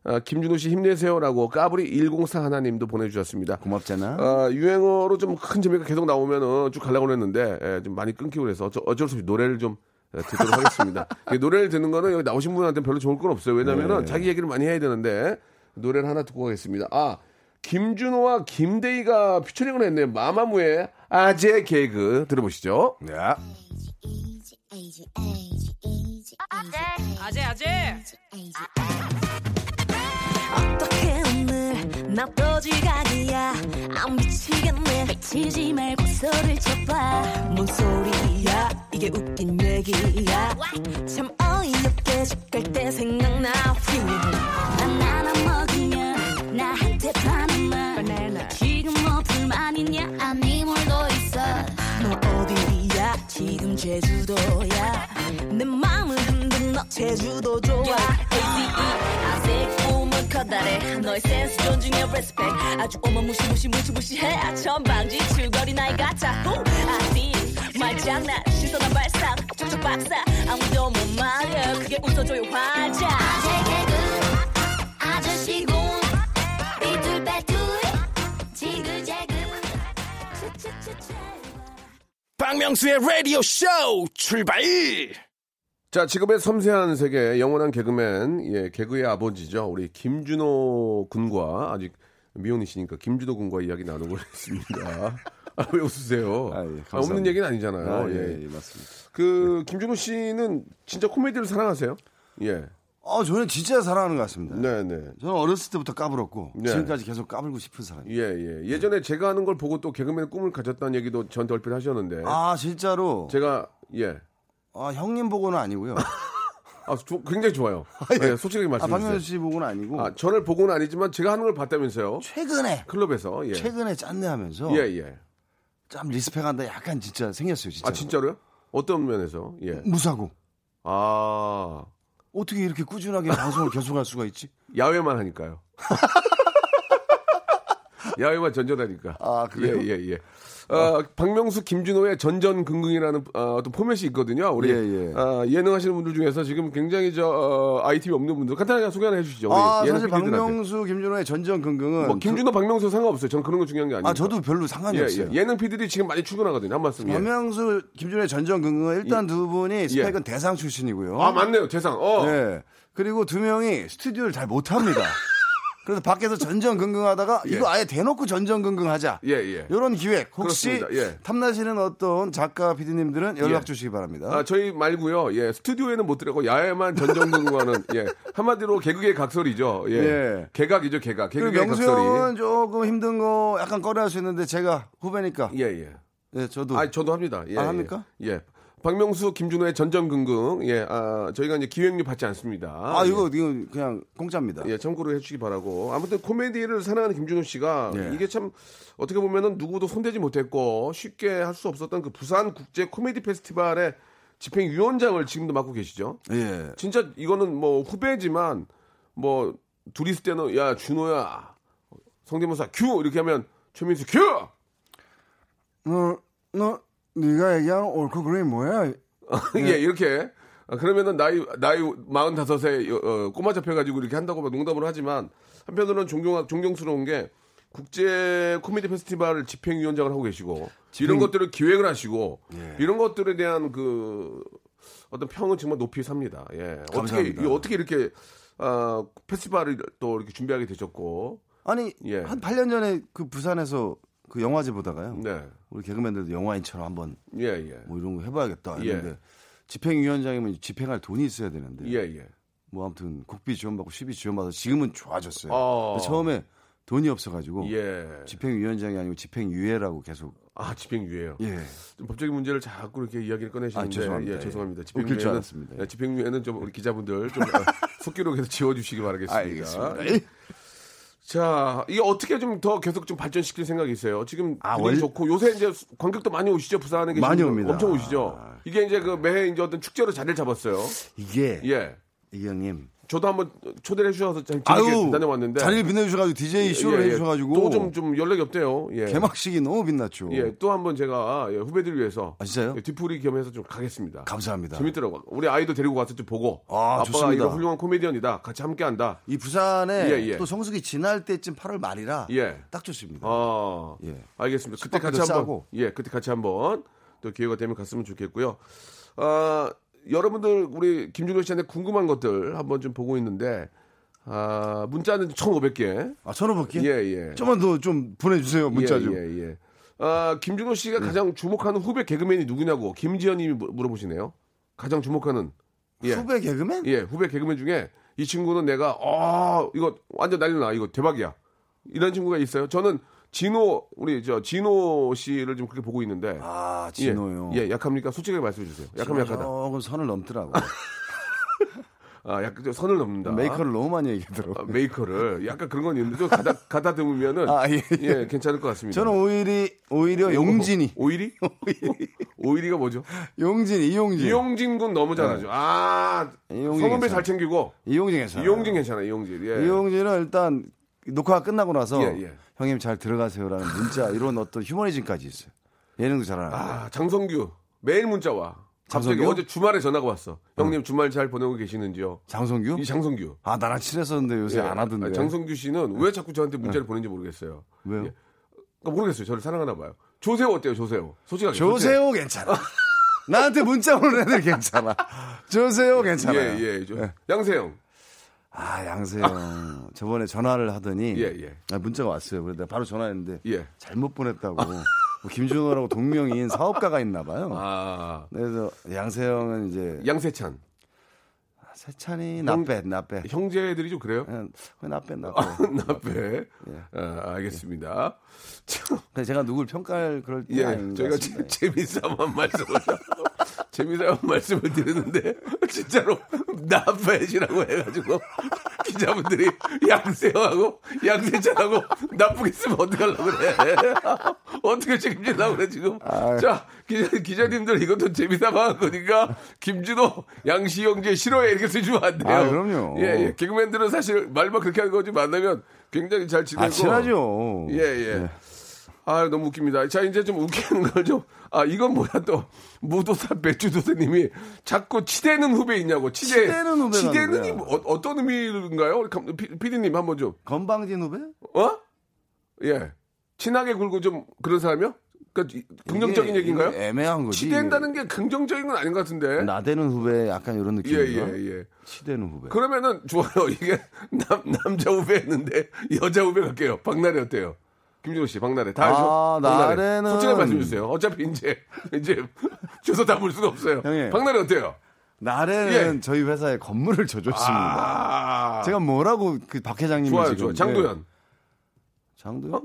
Speaker 3: 아, 김준호 씨 힘내세요라고 까불이 104 하나님도 보내주셨습니다.
Speaker 7: 고맙잖아
Speaker 3: 아, 유행어로 좀 큰 재미가 계속 나오면은 쭉 가려고 했는데 예, 좀 많이 끊기고 그래서 어쩌- 어쩔 수 없이 노래를 좀 예, 듣도록 하겠습니다. 이 노래를 듣는 거는 여기 나오신 분한테 는 별로 좋을 건 없어요. 왜냐면은 자기 얘기를 많이 해야 되는데 노래를 하나 듣고 가겠습니다. 아, 김준호와 김대희가 퓨처링을 했네요. 마마무의 아재 개그 들어보시죠.
Speaker 7: 야.
Speaker 8: 아재 아재
Speaker 9: 어떡해 오늘 나 또 지각이야 안 미치겠네 미치지 말고 소리를 쳐봐 뭔 소리야 이게 웃긴 얘기야 참 어이없게 죽을 때 생각나
Speaker 4: 바나나 먹으면 나한테 반한
Speaker 9: 바나나.
Speaker 4: 말 지금 뭐 불만이냐 아니 뭘더 있어
Speaker 9: 너 어디야 지금 제주도야 내 맘을 흔든 너 제주도 좋아 ACE 아직 꿈은 커다래 너의 센스 존중해 respect 아주 오만 무시 무시 무시 무시해 아천방지 출거리 나이 같아 후 아디 말장난 시선은 발상 촉촉 박사 아무도 못 말려 그게 웃어줘요 화자
Speaker 4: 아재 개그 아저씨고 삐뚤빼뚤 지그재그 추추추추
Speaker 2: 박명수의 라디오 쇼 출발!
Speaker 3: 자, 지금의 섬세한 세계 영원한 개그맨, 예, 개그의 아버지죠. 우리 김준호 군과 아직 미혼이시니까 김준호 군과 이야기 나누고 있습니다. 아, 왜 웃으세요?
Speaker 7: 아, 예, 감사합니다.
Speaker 3: 아, 없는 얘기는 아니잖아요.
Speaker 7: 아,
Speaker 3: 예.
Speaker 7: 예, 예, 맞습니다.
Speaker 3: 그 김준호 씨는 진짜 코미디를 사랑하세요? 예.
Speaker 7: 어, 저는 진짜 사랑하는 것 같습니다.
Speaker 3: 네, 네.
Speaker 7: 저는 어렸을 때부터 까불었고
Speaker 3: 네.
Speaker 7: 지금까지 계속 까불고 싶은 사람이에요.
Speaker 3: 예, 예. 예전에 제가 하는 걸 보고 또 개그맨의 꿈을 가졌다는 얘기도 저한테 얼핏 하셨는데.
Speaker 7: 아 진짜로
Speaker 3: 제가, 예.
Speaker 7: 아, 형님 보고는 아니고요.
Speaker 3: 아, 조- 굉장히 좋아요. 예, 솔직하게
Speaker 7: 아, 박명수
Speaker 3: 말씀해주세요.
Speaker 7: 씨 보고는 아니고
Speaker 3: 아, 저를 보고는 아니지만 제가 하는 걸 봤다면서요?
Speaker 7: 최근에
Speaker 3: 클럽에서. 예.
Speaker 7: 최근에 짠내하면서
Speaker 3: 예, 예.
Speaker 7: 참 리스펙한다 약간 진짜 생겼어요 진짜.
Speaker 3: 아 진짜로요? 어떤 면에서? 예.
Speaker 7: 무사고
Speaker 3: 아
Speaker 7: 어떻게 이렇게 꾸준하게 방송을 계속할 수가 있지?
Speaker 3: 야외만 하니까요. 야외만 전전하니까.
Speaker 7: 아, 그래요?
Speaker 3: 예예 예. 어, 박명수 김준호의 전전긍긍이라는 어, 떤 포맷이 있거든요. 우리
Speaker 7: 예, 예.
Speaker 3: 능하시는 분들 중에서 지금 굉장히 저 어, ITV 없는 분들 간단하게 소개 하나 해주시죠. 우리
Speaker 7: 아
Speaker 3: 예능
Speaker 7: 사실
Speaker 3: PD들한테.
Speaker 7: 박명수 김준호의 전전긍긍은
Speaker 3: 뭐 김준호 박명수 상관없어요. 저는 그런 거 중요한 게 아니에요.
Speaker 7: 아 저도 별로 상관이
Speaker 3: 예,
Speaker 7: 없어요.
Speaker 3: 예. 예능 PD들이 지금 많이 출근하거든요. 한 말씀. 예.
Speaker 7: 박명수 김준호의 전전긍긍은 일단 두 분이 스펙은 대상 출신이고요.
Speaker 3: 아 맞네요. 대상. 어.
Speaker 7: 네. 그리고 두 명이 스튜디오를 잘 못합니다. 그래서 밖에서 전전긍긍하다가 이거 아예 대놓고 전전긍긍하자.
Speaker 3: 예, 예.
Speaker 7: 이런 기획 혹시
Speaker 3: 그렇습니다. 예.
Speaker 7: 탐나시는 어떤 작가 PD님들은 연락
Speaker 3: 예.
Speaker 7: 주시기 바랍니다.
Speaker 3: 아, 저희 말고요. 예, 스튜디오에는 못 들어가고 야외만 전전긍긍하는 예. 한마디로 개그의 각설이죠. 예.
Speaker 7: 예.
Speaker 3: 개각이죠, 개각.
Speaker 7: 그리고
Speaker 3: 개그의
Speaker 7: 명수
Speaker 3: 예, 각설이.
Speaker 7: 형은 조금 힘든 거 약간 꺼려 할 수 있는데 제가 후배니까
Speaker 3: 예, 예.
Speaker 7: 예, 저도
Speaker 3: 아, 저도 합니다. 예.
Speaker 7: 아,
Speaker 3: 예.
Speaker 7: 합니까?
Speaker 3: 예. 박명수, 김준호의 전전긍긍. 예. 아, 저희가 이제 기획료 받지 않습니다.
Speaker 7: 아, 이거, 이거 그냥 공짜입니다.
Speaker 3: 예, 참고로 해주시기 바라고. 아무튼 코미디를 사랑하는 김준호 씨가
Speaker 7: 예.
Speaker 3: 이게 참 어떻게 보면은 누구도 손대지 못했고 쉽게 할 수 없었던 그 부산 국제 코미디 페스티벌의 집행위원장을 지금도 맡고 계시죠.
Speaker 7: 예.
Speaker 3: 진짜 이거는 뭐 후배지만 뭐 둘이 있을 때는 야 준호야 성대모사 큐 이렇게 하면 최민수 큐
Speaker 7: 너, 너, 네가 얘기하는 올크 그린 뭐야?
Speaker 3: 예, 이렇게 아, 그러면은 나이 나이 마흔 다섯에 어, 꼬마 잡혀가지고 이렇게 한다고 막 농담을 하지만 한편으로는 존경 존경스러운 게 국제 코미디 페스티벌 집행위원장을 하고 계시고 이런 것들을 기획을 하시고
Speaker 7: 예.
Speaker 3: 이런 것들에 대한 그 어떤 평은 정말 높이 삽니다. 예. 어떻게
Speaker 7: 감사합니다.
Speaker 3: 이- 어떻게 이렇게 아, 페스티벌을 또 이렇게 준비하게 되셨고
Speaker 7: 아니,
Speaker 3: 예.
Speaker 7: 한 8년 전에 그 부산에서 그 영화제 보다가요.
Speaker 3: 네.
Speaker 7: 우리 개그맨들도 영화인처럼 한번
Speaker 3: 예, 예.
Speaker 7: 뭐 이런 거 해봐야겠다
Speaker 3: 예.
Speaker 7: 했는데 집행위원장이면 집행할 돈이 있어야 되는데
Speaker 3: 예, 예.
Speaker 7: 뭐 아무튼 국비 지원받고 시비 지원받아서 지금은 좋아졌어요.
Speaker 3: 어.
Speaker 7: 근데 처음에 돈이 없어가지고
Speaker 3: 예.
Speaker 7: 집행위원장이 아니고 집행유예라고 계속
Speaker 3: 아, 집행유예요.
Speaker 7: 예.
Speaker 3: 좀 법적인 문제를 자꾸 이렇게 이야기를 꺼내시는데
Speaker 7: 아, 죄송합니다.
Speaker 3: 예, 죄송합니다.
Speaker 7: 예. 웃길 줄 알았습니다.
Speaker 3: 예, 집행유예는 좀 우리 기자분들 좀 어, 속기로 계속 지워주시기 바라겠습니다.
Speaker 7: 알겠습니다.
Speaker 3: 자, 이게 어떻게 좀 더 계속 좀 발전시킬 생각이세요? 지금
Speaker 7: 아,
Speaker 3: 분위기
Speaker 7: 월-
Speaker 3: 좋고 요새 이제 관객도 많이 오시죠. 부산에 계신
Speaker 7: 많이
Speaker 3: 분들
Speaker 7: 옵니다. 아.
Speaker 3: 엄청 오시죠. 이게 이제 그 매해 이제 어떤 축제로 자리를 잡았어요.
Speaker 7: 이게
Speaker 3: 예.
Speaker 7: 이 형님
Speaker 3: 저도 한번 초대를 해주셔서 참 재밌게 다녀왔는데. 예,
Speaker 7: 자리를 빛내주셔가지고 DJ 쇼를 해주셔가지고
Speaker 3: 또좀 좀 연락이 없대요. 예.
Speaker 7: 개막식이 너무 빛났죠.
Speaker 3: 예, 또 한 번 제가 예, 후배들 위해서
Speaker 7: 아, 진짜요?
Speaker 3: 예, 뒤풀이 겸해서 좀 가겠습니다.
Speaker 7: 감사합니다.
Speaker 3: 재밌더라고. 우리 아이도 데리고 가서 좀 보고
Speaker 7: 아,
Speaker 3: 빠가
Speaker 7: 좋습니다.
Speaker 3: 이런 훌륭한 코미디언이다. 같이 함께한다.
Speaker 7: 이 부산에
Speaker 3: 예, 예.
Speaker 7: 또 성수기 지날 때쯤 8월 말이라
Speaker 3: 예.
Speaker 7: 딱 좋습니다.
Speaker 3: 아,
Speaker 7: 예.
Speaker 3: 알겠습니다. 그때 같이
Speaker 7: 숙박비도
Speaker 3: 한번
Speaker 7: 싸고.
Speaker 3: 예, 그때 같이 한번 또 기회가 되면 갔으면 좋겠고요. 아, 여러분들 우리 김준호 씨한테 궁금한 것들 한번 좀 보고 있는데 아, 문자는 1,500개.
Speaker 7: 아, 전화 볼게요.
Speaker 3: 예, 예.
Speaker 7: 좀만 더 좀 보내주세요 문자
Speaker 3: 예,
Speaker 7: 좀. 예.
Speaker 3: 예, 예. 아, 김준호 씨가 가장 주목하는 후배 개그맨이 누구냐고 김지현 님이 물- 물어보시네요. 가장 주목하는 예.
Speaker 7: 후배 개그맨?
Speaker 3: 예, 후배 개그맨 중에 이 친구는 내가 어, 이거 완전 난리 나. 이거 대박이야. 이런 친구가 있어요. 저는 진호 우리 저 진호 씨를 좀 그렇게 보고 있는데.
Speaker 7: 아 진호요.
Speaker 3: 예, 예, 약합니까? 솔직하게 말씀해 주세요. 약하면
Speaker 7: 진호
Speaker 3: 약하다.
Speaker 7: 조금 선을 넘더라고.
Speaker 3: 아, 약 선을 넘는다.
Speaker 7: 메이커를 너무 많이 얘기하더라고.
Speaker 3: 아, 메이커를 약간 그런 건 있는데 좀 가다 가다듬으면은
Speaker 7: 아, 예, 예.
Speaker 3: 괜찮을 것 같습니다.
Speaker 7: 저는 오히려 오히려 용진이,
Speaker 3: 오일이? 오일이가 뭐죠?
Speaker 7: 용진이, 이용진,
Speaker 3: 이용진 군 너무 잘하죠. 아,
Speaker 7: 예. 이용진
Speaker 3: 성은배
Speaker 7: 괜찮아요.
Speaker 3: 잘 챙기고.
Speaker 7: 이용진 괜찮아.
Speaker 3: 이용진 괜찮아, 이용진. 예.
Speaker 7: 이용진은 일단 녹화가 끝나고 나서
Speaker 3: 예, 예.
Speaker 7: 형님 잘 들어가세요라는 문자 이런 어떤 휴머니즘까지 있어요. 예능도 잘하는. 아,
Speaker 3: 아, 장성규. 매일 문자 와. 갑자기
Speaker 7: 장성규?
Speaker 3: 어제 주말에 전화가 왔어. 형님 주말 잘 보내고 계시는지요?
Speaker 7: 장성규?
Speaker 3: 이 장성규.
Speaker 7: 아, 나랑 친했었는데 요새
Speaker 3: 예.
Speaker 7: 네, 안 하던데. 네.
Speaker 3: 아, 장성규 씨는 왜 자꾸 저한테 문자를 보내는지 모르겠어요.
Speaker 7: 왜요?
Speaker 3: 예. 그러니까 모르겠어요. 저를 사랑하나 봐요. 조세호 어때요, 조세호? 솔직하게.
Speaker 7: 조세호 괜찮아. 나한테 문자 오는 애들 괜찮아. 조세호
Speaker 3: 조세호.
Speaker 7: 괜찮아.
Speaker 3: 예, 예. 저-
Speaker 7: 네.
Speaker 3: 양세형.
Speaker 7: 아, 양세형. 저번에 전화를 하더니
Speaker 3: 예, 예.
Speaker 7: 아, 문자가 왔어요. 그래서 내가 바로 전화했는데
Speaker 3: 예.
Speaker 7: 잘못 보냈다고. 뭐 김준호라고 동명이인 사업가가 있나 봐요.
Speaker 3: 아.
Speaker 7: 그래서 양세형은 이제
Speaker 3: 양세찬.
Speaker 7: 세찬이 나빼 나빼.
Speaker 3: 형제들이 좀 그래요?
Speaker 7: 그냥 나빼 나빼.
Speaker 3: 나빼.
Speaker 7: 네.
Speaker 3: 아, 알겠습니다. 참,
Speaker 7: 근데 제가 누굴 평가할 그럴 때
Speaker 3: 예,
Speaker 7: 아닌 것
Speaker 3: 저희가
Speaker 7: 같습니다.
Speaker 3: 재미삼한 말씀을 재미삼한 말씀을 드리는데 진짜로 나빠해지라고 해가지고 기자분들이 양세형하고 양세찬하고 나쁘게 쓰면 어떡하려고 그래 어떻게 책임질라고 그래 지금
Speaker 7: 아, 예.
Speaker 3: 자 기자, 님들 이것도 재미삼아 한 거니까 김진호 양시형제 싫어해 이렇게 쓰시면 안 돼요
Speaker 7: 아, 그럼요.
Speaker 3: 예, 예. 개그맨들은 사실 말만 그렇게 하는 거지 만나면 굉장히 잘 지내고
Speaker 7: 아, 친하죠.
Speaker 3: 예, 예.
Speaker 7: 네.
Speaker 3: 아 너무 웃깁니다. 자, 이제 좀 웃기는 걸 좀. 아, 이건 뭐야 또. 무도사 배추도사님이 자꾸 치대는 후배 있냐고. 치대,
Speaker 7: 치대는 후배가
Speaker 3: 치대는 이
Speaker 7: 누구야?
Speaker 3: 뭐- 어, 떤 의미인가요? 감- 피- 피디님 한번 좀.
Speaker 7: 건방진 후배?
Speaker 3: 어? 예. 친하게 굴고 좀 그런 사람이요? 그러니까 이- 긍정적인
Speaker 7: 이게-
Speaker 3: 얘기인가요?
Speaker 7: 이게 애매한 거지.
Speaker 3: 치댄다는 게 긍정적인 건 아닌 것 같은데.
Speaker 7: 나대는 후배 약간 이런
Speaker 3: 예,
Speaker 7: 느낌인가?
Speaker 3: 예, 예.
Speaker 7: 치대는 후배.
Speaker 3: 그러면은 좋아요. 이게 남, 남자 후배였는데 여자 후배 갈게요. 박나래 어때요? 김준호 씨, 박나래. 다
Speaker 7: 아,
Speaker 3: 아시죠? 박나래.
Speaker 7: 나래는-
Speaker 3: 솔직하게 말씀해 주세요. 어차피 이제, 이제 주소 담을 수가 없어요.
Speaker 7: 형님.
Speaker 3: 박나래 어때요?
Speaker 7: 나래는 저희 회사에 건물을 줘줬습니다.
Speaker 3: 예. 아,
Speaker 7: 제가 뭐라고 그 박 회장님이
Speaker 3: 좋아요,
Speaker 7: 지금
Speaker 3: 좋아요.
Speaker 7: 네.
Speaker 3: 장도연. 어?
Speaker 7: 장도연?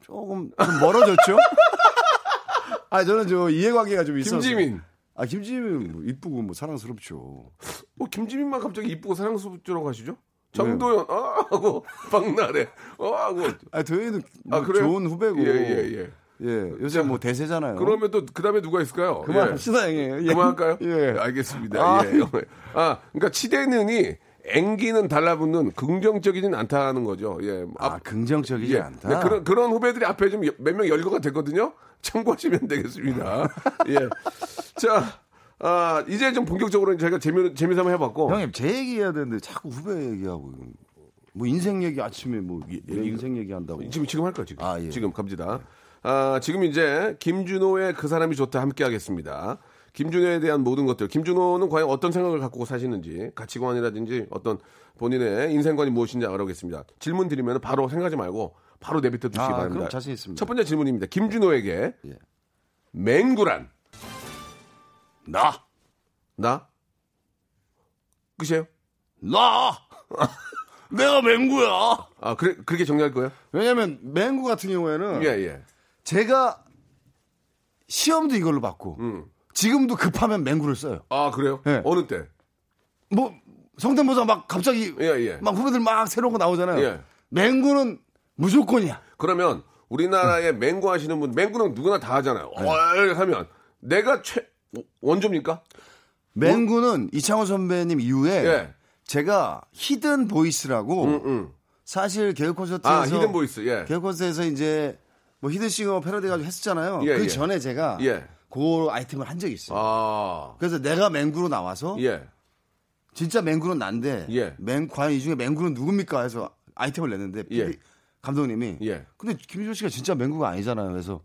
Speaker 7: 조금 좀 멀어졌죠? 아 저는 저 이해관계가 좀 있어서
Speaker 3: 김지민.
Speaker 7: 아 김지민 뭐 이쁘고 뭐 사랑스럽죠.
Speaker 3: 어, 김지민만 갑자기 이쁘고 사랑스럽다고
Speaker 7: 네.
Speaker 3: 하시죠? 장도연, 아, 하고, 박나래, 어, 하고.
Speaker 7: 아 도현이는
Speaker 3: 아,
Speaker 7: 뭐
Speaker 3: 그래요?
Speaker 7: 좋은 후배고
Speaker 3: 예, 예, 예.
Speaker 7: 예, 요새 뭐 대세잖아요.
Speaker 3: 그러면 또, 그 다음에 누가 있을까요? 예.
Speaker 7: 그만합시다 형님. 예.
Speaker 3: 그만할까요?
Speaker 7: 예.
Speaker 3: 알겠습니다.
Speaker 7: 아.
Speaker 3: 예. 아, 그러니까 치대는이 앵기는 달라붙는 긍정적이진 않다는 거죠. 예.
Speaker 7: 아,
Speaker 3: 앞-
Speaker 7: 긍정적이지
Speaker 3: 예.
Speaker 7: 않다.
Speaker 3: 네, 그런, 그런 후배들이 앞에 좀 몇 명 열거가 됐거든요. 참고하시면 되겠습니다. 예. 자, 아, 이제 좀 본격적으로 저희가 재미, 재미삼아 해봤고.
Speaker 7: 형님 제 얘기해야 되는데 자꾸 후배 얘기하고 뭐 인생 얘기 아침에 뭐 인생 얘기한다고.
Speaker 3: 지금, 지금 할까요, 지금?
Speaker 7: 아, 예.
Speaker 3: 지금 갑니다. 아, 지금 이제 김준호의 그 사람이 좋다 함께 하겠습니다. 김준호에 대한 모든 것들, 김준호는 과연 어떤 생각을 갖고 사시는지, 가치관이라든지 어떤 본인의 인생관이 무엇인지 알아보겠습니다. 질문 드리면 바로 생각하지 말고 바로 내뱉어 주시기
Speaker 7: 아,
Speaker 3: 바랍니다.
Speaker 7: 그럼 자신 있습니다.
Speaker 3: 첫 번째 질문입니다. 김준호에게
Speaker 7: 예.
Speaker 3: 맹구란
Speaker 7: 나
Speaker 3: 나 끝이에요?
Speaker 7: 나! 내가 맹구야!
Speaker 3: 아, 그래 그렇게 정리할 거예요?
Speaker 7: 왜냐면 맹구 같은 경우에는
Speaker 3: 예, 예.
Speaker 7: 제가 시험도 이걸로 받고
Speaker 3: 음.
Speaker 7: 지금도 급하면 맹구를 써요.
Speaker 3: 아, 그래요?
Speaker 7: 예.
Speaker 3: 어느 때?
Speaker 7: 뭐 성대모사 막 갑자기
Speaker 3: 예, 예.
Speaker 7: 막 후배들 막 새로운 거 나오잖아요.
Speaker 3: 예.
Speaker 7: 맹구는 무조건이야. 그러면
Speaker 3: 우리나라에 맹구 하시는 분, 맹구는 누구나 다 하잖아요. 월 하면 내가 최 원조입니까?
Speaker 7: 맹구는 이창호 선배님 이후에
Speaker 3: 뭐? 예.
Speaker 7: 제가 히든 보이스라고
Speaker 3: 응.
Speaker 7: 사실 개그 콘서트에서
Speaker 3: 아, 히든 보이스, 예.
Speaker 7: 개그 콘서트에서 이제 뭐 히든 싱어 패러디 가지고 했었잖아요.
Speaker 3: 예,
Speaker 7: 그
Speaker 3: 예.
Speaker 7: 전에 제가
Speaker 3: 예.
Speaker 7: 그 아이템을 한 적이 있어요.
Speaker 3: 아,
Speaker 7: 그래서 내가 맹구로 나와서
Speaker 3: 예.
Speaker 7: 진짜 맹구는 난데
Speaker 3: 예.
Speaker 7: 맹 과연 이 중에 맹구는 누굽니까 해서 아이템을 냈는데
Speaker 3: 예.
Speaker 7: PD 감독님이
Speaker 3: 예.
Speaker 7: 근데 김준호 씨가 진짜 맹구가 아니잖아요. 그래서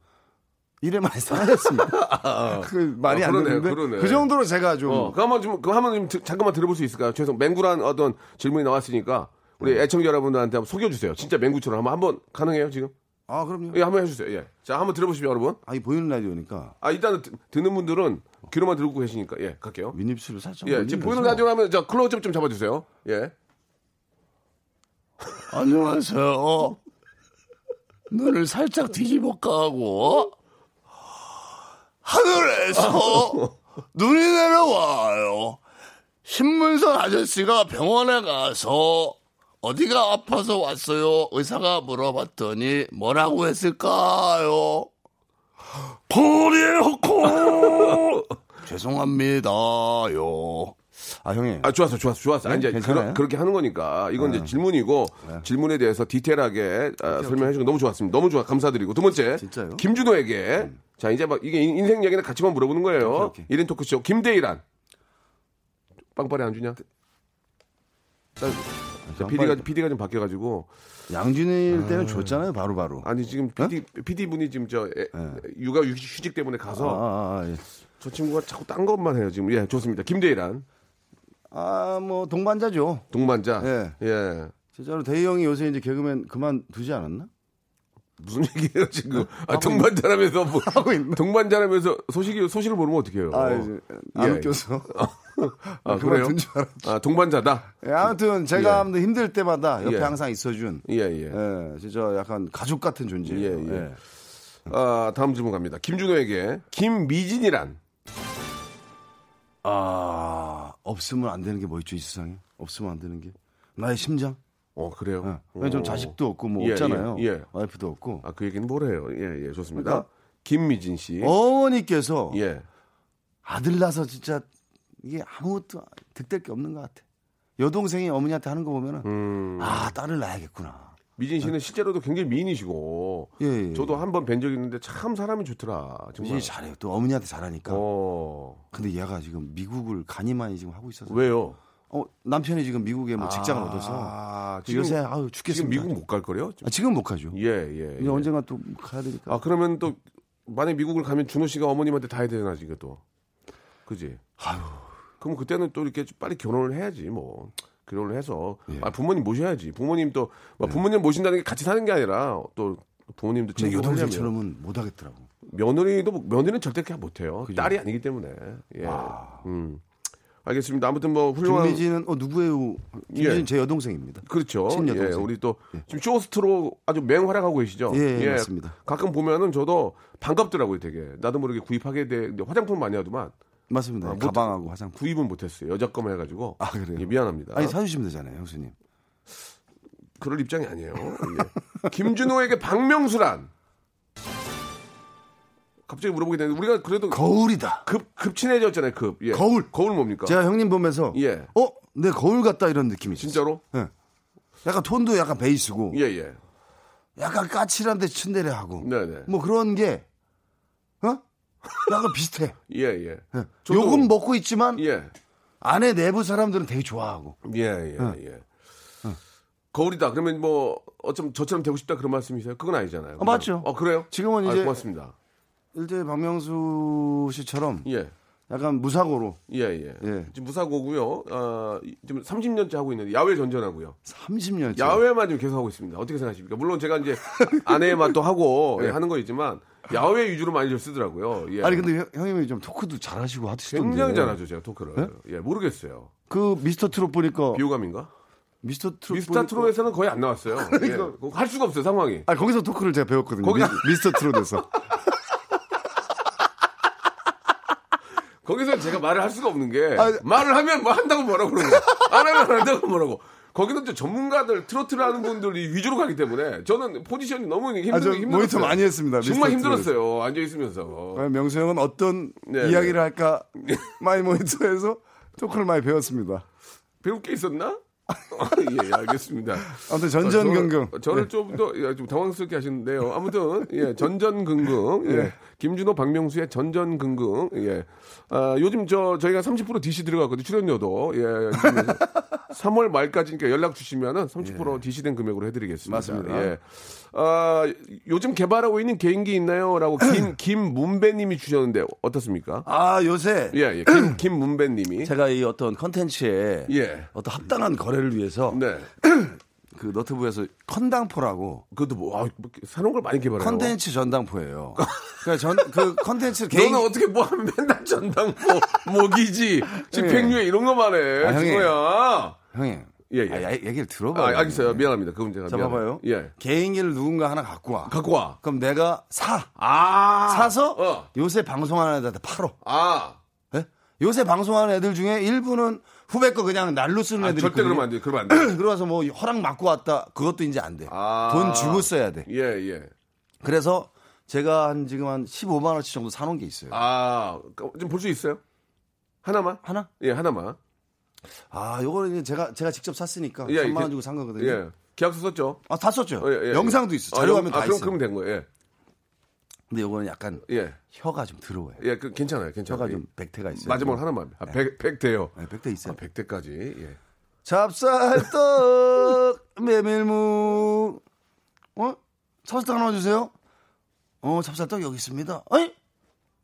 Speaker 7: 이래만 사라졌습니다. 그 말이
Speaker 3: 아,
Speaker 7: 안
Speaker 3: 그러네,
Speaker 7: 되는데
Speaker 3: 그러네.
Speaker 7: 그 정도로 제가 좀
Speaker 3: 어, 그 한번 좀, 그 한번 좀 드- 잠깐만 들어볼 수 있을까요? 죄송, 맹구란 어떤 질문이 나왔으니까 우리 애청자 여러분들한테 한번 속여주세요. 진짜 맹구처럼 한번 한번 가능해요 지금?
Speaker 7: 아 그럼요.
Speaker 3: 예, 한번 해주세요. 예. 자, 한번 들어보십시오, 여러분.
Speaker 7: 아이 보이는 라디오니까
Speaker 3: 아, 일단은 드- 듣는 분들은 귀로만 들고 계시니까 예, 갈게요.
Speaker 7: 윗입술을 살짝
Speaker 3: 예,
Speaker 7: 올리면서
Speaker 3: 지금 보이는 라디오 하면 저 클로즈업 좀 잡아주세요. 예.
Speaker 7: 안녕하세요. 눈을 살짝 뒤집어 까고 하늘에서 눈이 내려와요. 신문선 아저씨가 병원에 가서 어디가 아파서 왔어요? 의사가 물어봤더니 뭐라고 했을까요? 코리에호코 죄송합니다요. 아 형님.
Speaker 3: 아, 좋았어, 좋았어, 좋았어. 아니, 이제
Speaker 7: 네, 괜찮아요? 네.
Speaker 3: 그렇게 하는 거니까. 이건 이제 질문이고, 질문에 대해서 디테일하게 아, 설명해 주고 너무 좋았습니다. 너무 좋아. 감사드리고. 두 번째,
Speaker 7: 진짜요? 음.
Speaker 3: 김준호에게 자, 이제 막 이게 인- 인생 얘기는 같이만 물어보는 거예요.
Speaker 7: 오케이, 오케이.
Speaker 3: 일인 토크쇼 김대일한. 빵빠레 안
Speaker 7: 네,
Speaker 3: 주냐? 자, PD가, PD가 좀 바뀌어가지고.
Speaker 7: 양준일 때는 줬잖아요, 바로바로.
Speaker 3: 아니, 지금
Speaker 7: 네?
Speaker 3: PD, PD 분이 지금 저 에, 육아 휴직 때문에
Speaker 7: 아,
Speaker 3: 가서
Speaker 7: 아, 아, 예.
Speaker 3: 저 친구가 자꾸 딴 것만 해요, 지금. 예, 좋습니다. 김대일한.
Speaker 7: 아, 뭐, 동반자죠.
Speaker 3: 동반자.
Speaker 7: 예.
Speaker 3: 예.
Speaker 7: 진짜로 대희 형이 요새 이제 개그맨 그만두지 않았나?
Speaker 3: 무슨 얘기예요 지금? 아, 동반자라면서 뭐,
Speaker 7: 있나?
Speaker 3: 동반자라면서 소식이 소식을 모르면 어떡해요?
Speaker 7: 아, 이제 안
Speaker 3: 예.
Speaker 7: 웃겨서.
Speaker 3: 아, 그래요?
Speaker 7: 그만둔 줄 알았지.
Speaker 3: 아 동반자다.
Speaker 7: 예, 아무튼 제가 아무튼 힘들 때마다 옆에
Speaker 3: 예.
Speaker 7: 항상 있어준
Speaker 3: 예 예.
Speaker 7: 예, 진짜 약간 가족 같은 존재예요.
Speaker 3: 예, 예. 아 다음 질문 갑니다. 김준호에게 김미진이란
Speaker 7: 아 없으면 안 되는 게 뭐 있죠 이 세상에? 없으면 안 되는 게 나의 심장.
Speaker 3: 어
Speaker 7: 예.
Speaker 3: 그래요?
Speaker 7: 왜냐면 전
Speaker 3: 오.
Speaker 7: 자식도 없고 뭐
Speaker 3: 예, 예,
Speaker 7: 없잖아요.
Speaker 3: 예.
Speaker 7: 와이프도 없고
Speaker 3: 아 그 얘기는 뭐래요? 예 예. 좋습니다.
Speaker 7: 그러니까- 어?
Speaker 3: 김미진
Speaker 7: 예?
Speaker 3: 씨.
Speaker 7: 어머니께서
Speaker 3: 예.
Speaker 7: 아들 낳아서 진짜 이게 아무것도 득될 게 없는 것 같아. 여동생이 어머니한테 하는 거 보면은
Speaker 3: 음.
Speaker 7: 아 딸을 낳아야겠구나.
Speaker 3: 미진 씨는 실제로도 굉장히 미인이시고
Speaker 7: 예, 예, 예.
Speaker 3: 저도 한 번 뵌 적이 있는데 참 사람이 좋더라. 정말.
Speaker 7: 미진이 잘해요. 또 어머니한테 잘하니까.
Speaker 3: 어
Speaker 7: 근데 얘가 지금 미국을 간이 많이 지금 하고 있어서
Speaker 3: 왜요?
Speaker 7: 어, 남편이 지금 미국에 뭐 직장을 얻어서
Speaker 3: 아
Speaker 7: 지금, 요새 아유
Speaker 3: 지금
Speaker 7: 죽겠습니다.
Speaker 3: 미국 못 갈 거래요?
Speaker 7: 아, 지금 못 가죠.
Speaker 3: 예 예.
Speaker 7: 이제
Speaker 3: 예.
Speaker 7: 언젠가 또 가야 되니까.
Speaker 3: 아 그러면 또 만약 미국을 가면 준호 씨가 어머님한테 다 해야 되나 지금 또 그지? 그럼 그때는 또 이렇게 좀 빨리 결혼을 해야지 뭐 결혼을 해서
Speaker 7: 예.
Speaker 3: 아, 부모님 모셔야지 부모님 또 막 부모님 모신다는 게 같이 사는 게 아니라 또 부모님도
Speaker 7: 근데
Speaker 3: 챙기고 하려면
Speaker 7: 여동생처럼은 못 하겠더라고.
Speaker 3: 며느리도 뭐- 며느리는 절대 그렇게 못해요 딸이 아니기 때문에 예
Speaker 7: 아.
Speaker 3: 음. 알겠습니다 아무튼 뭐 훌륭한
Speaker 7: 김미진은 어 누구예요? 김미진
Speaker 3: 예.
Speaker 7: 제 여동생입니다.
Speaker 3: 그렇죠.
Speaker 7: 친여동생.
Speaker 3: 예, 우리 또 지금 쇼호스트로 아주 맹활약하고 계시죠.
Speaker 7: 예, 예, 맞습니다.
Speaker 3: 가끔 보면은 저도 반갑더라고요, 되게. 나도 모르게 구입하게 돼. 근데 화장품 많이 하더만
Speaker 7: 맞습니다.
Speaker 3: 아, 못-
Speaker 7: 가방하고 화장품.
Speaker 3: 구입은 못했어요. 여자 거만 해가지고.
Speaker 7: 아, 그래요?
Speaker 3: 예, 미안합니다.
Speaker 7: 아니 사주시면 되잖아요, 형수님.
Speaker 3: 그럴 입장이 아니에요. 예. 김준호에게 박명수란 갑자기 물어보게 되는데 우리가 그래도
Speaker 7: 거울이다.
Speaker 3: 급 급친해졌잖아요. 급. 예.
Speaker 7: 거울.
Speaker 3: 거울 뭡니까?
Speaker 7: 제가 형님 보면서
Speaker 3: 예.
Speaker 7: 어, 내 거울 같다 이런 느낌이 있어요.
Speaker 3: 진짜로?
Speaker 7: 약간 톤도 약간 베이스고
Speaker 3: 예, 예.
Speaker 7: 약간 까칠한데 츤데레하고
Speaker 3: 네, 네.
Speaker 7: 뭐 그런 게 어? 약간 비슷해.
Speaker 3: 예, 예.
Speaker 7: 예.
Speaker 3: 저도-
Speaker 7: 욕은 먹고 있지만
Speaker 3: 예.
Speaker 7: 안에 내부 사람들은 되게 좋아하고
Speaker 3: 예, 예,
Speaker 7: 어.
Speaker 3: 예. 거울이다. 그러면 뭐 어쩜 저처럼 되고 싶다 그런 말씀이세요? 그건 아니잖아요.
Speaker 7: 아, 맞죠.
Speaker 3: 어 그래요?
Speaker 7: 지금은
Speaker 3: 아,
Speaker 7: 이제-
Speaker 3: 고맙습니다.
Speaker 7: 일제 박명수 씨처럼
Speaker 3: 예,
Speaker 7: 약간 무사고로
Speaker 3: 예, 예.
Speaker 7: 예.
Speaker 3: 지금 무사고고요. 아 지금 30년째 하고 있는데 야외 전전하고요.
Speaker 7: 30년째
Speaker 3: 야외만 지금 계속 하고 있습니다. 어떻게 생각하십니까? 물론 제가 이제 아내의 맛도 하고 예, 하는 거 있지만 야외 위주로 많이 좀 쓰더라고요. 예.
Speaker 7: 아니 근데 형- 형님이 좀 토크도 잘하시고 하시던데
Speaker 3: 굉장히 잘하죠 제가 토크를. 예, 모르겠어요.
Speaker 7: 그 미스터 트롯 보니까
Speaker 3: 비호감인가?
Speaker 7: 미스터
Speaker 3: 미스터
Speaker 7: 트롯 그 보니까- 그러니까.
Speaker 3: 트롯에서는 거의 안 나왔어요. 예. 그거 할 수가 없어요 상황이.
Speaker 7: 아 거기서 토크를 제가 배웠거든요
Speaker 3: 거기-
Speaker 7: 미, 스터 트롯에서
Speaker 3: 거기서 제가 말을 할 수가 없는 게
Speaker 7: 아,
Speaker 3: 말을 하면 뭐 한다고 뭐라 고 그러고 안 하면 안 한다고 뭐라고 거기는 또 전문가들 트로트를 하는 분들이 위주로 가기 때문에 저는 포지션이 너무 힘들,
Speaker 7: 아, 저
Speaker 3: 힘들었어요.
Speaker 7: 모니터 많이 했습니다, 미스터
Speaker 3: 정말
Speaker 7: 트롯에서.
Speaker 3: 힘들었어요. 앉아 있으면서.
Speaker 7: 아, 명수 형은 어떤
Speaker 3: 네,
Speaker 7: 이야기를 할까 많이 모니터에서 토크를 많이 배웠습니다
Speaker 3: 배울 게 있었나? 예, 알겠습니다.
Speaker 7: 아무튼
Speaker 3: 아,
Speaker 7: 전전긍긍 네.
Speaker 3: 저를- 저를 좀 더 예, 좀 당황스럽게 하시는데요. 아무튼 예, 전전긍긍. 예.
Speaker 7: 네.
Speaker 3: 김준호 박명수의 전전긍긍. 예. 아, 요즘 저 저희가 30% DC 들어갔거든요. 출연료도. 예. 3월 말까지니까 그러니까 연락 주시면은 30% DC된 금액으로 해 드리겠습니다.
Speaker 7: 네. 맞습니다.
Speaker 3: 예. 아, 요즘 개발하고 있는 개인기 있나요라고 김 김문배 님이 주셨는데 어떻습니까?
Speaker 7: 아 요새
Speaker 3: 예, 예. 김 김문배 님이
Speaker 7: 제가 이 어떤 컨텐츠에
Speaker 3: 예.
Speaker 7: 어떤 합당한 거래를 위해서
Speaker 3: 네.
Speaker 7: 그 너트부에서 컨당포라고
Speaker 3: 그것도 뭐 아, 새로운 걸 많이 개발해요.
Speaker 7: 컨텐츠 전당포예요. 그러니까 전그 컨텐츠 개인
Speaker 3: 너는 어떻게 뭐 하면 맨날 전당포 목이지 집행유예 이런 거만 해
Speaker 7: 아, 형님.
Speaker 3: 친구야
Speaker 7: 형님.
Speaker 3: 예, 예.
Speaker 7: 아, 야, 얘기를
Speaker 3: 아,
Speaker 7: 들어봐.
Speaker 3: 알겠어요 미안합니다 그건 제가
Speaker 7: 자
Speaker 3: 미안해요.
Speaker 7: 봐봐요.
Speaker 3: 예
Speaker 7: 개인기를 누군가 하나 갖고 와.
Speaker 3: 갖고 와
Speaker 7: 그럼 내가 사.
Speaker 3: 아,
Speaker 7: 사서
Speaker 3: 어.
Speaker 7: 요새 방송하는 애들한테 팔어.
Speaker 3: 아,
Speaker 7: 예? 요새 방송하는 애들 중에 일부는 후배 거 그냥 날로 쓰는
Speaker 3: 아,
Speaker 7: 애들이
Speaker 3: 절대 그러면 안 돼. 그러면 안 돼.
Speaker 7: 그러면서 뭐 허락 맞고 왔다. 그것도 이제 안 돼.
Speaker 3: 아.
Speaker 7: 돈 주고 써야 돼.
Speaker 3: 예, 예.
Speaker 7: 그래서 제가 한 지금 한 15만 원치 정도 사놓은 게 있어요.
Speaker 3: 아, 좀 볼 수 있어요? 하나만?
Speaker 7: 하나?
Speaker 3: 예, 하나만.
Speaker 7: 아, 요거는 이제 제가 제가 직접 샀으니까
Speaker 3: 예,
Speaker 7: 3만
Speaker 3: 이렇게-
Speaker 7: 원 주고 산 거거든요.
Speaker 3: 예. 계약서 썼죠?
Speaker 7: 아, 다 썼죠.
Speaker 3: 어, 예, 예, 예.
Speaker 7: 네. 영상도 있어.
Speaker 3: 아,
Speaker 7: 자료화면
Speaker 3: 영-
Speaker 7: 다
Speaker 3: 아,
Speaker 7: 있어.
Speaker 3: 그럼, 그럼 된 거예요. 예.
Speaker 7: 근데 요거는 약간
Speaker 3: 예.
Speaker 7: 혀가 좀 들어와요.
Speaker 3: 예, 그, 괜찮아요. 괜찮아요.
Speaker 7: 혀가 좀 백태가 있어요.
Speaker 3: 마지막 하나만. 아, 백, 백대요.
Speaker 7: 네, 백태 있어요.
Speaker 3: 아, 백대까지. 예.
Speaker 7: 찹쌀떡 메밀묵 어? 찹쌀떡 하나 주세요 어 찹쌀떡 여기 있습니다 에이?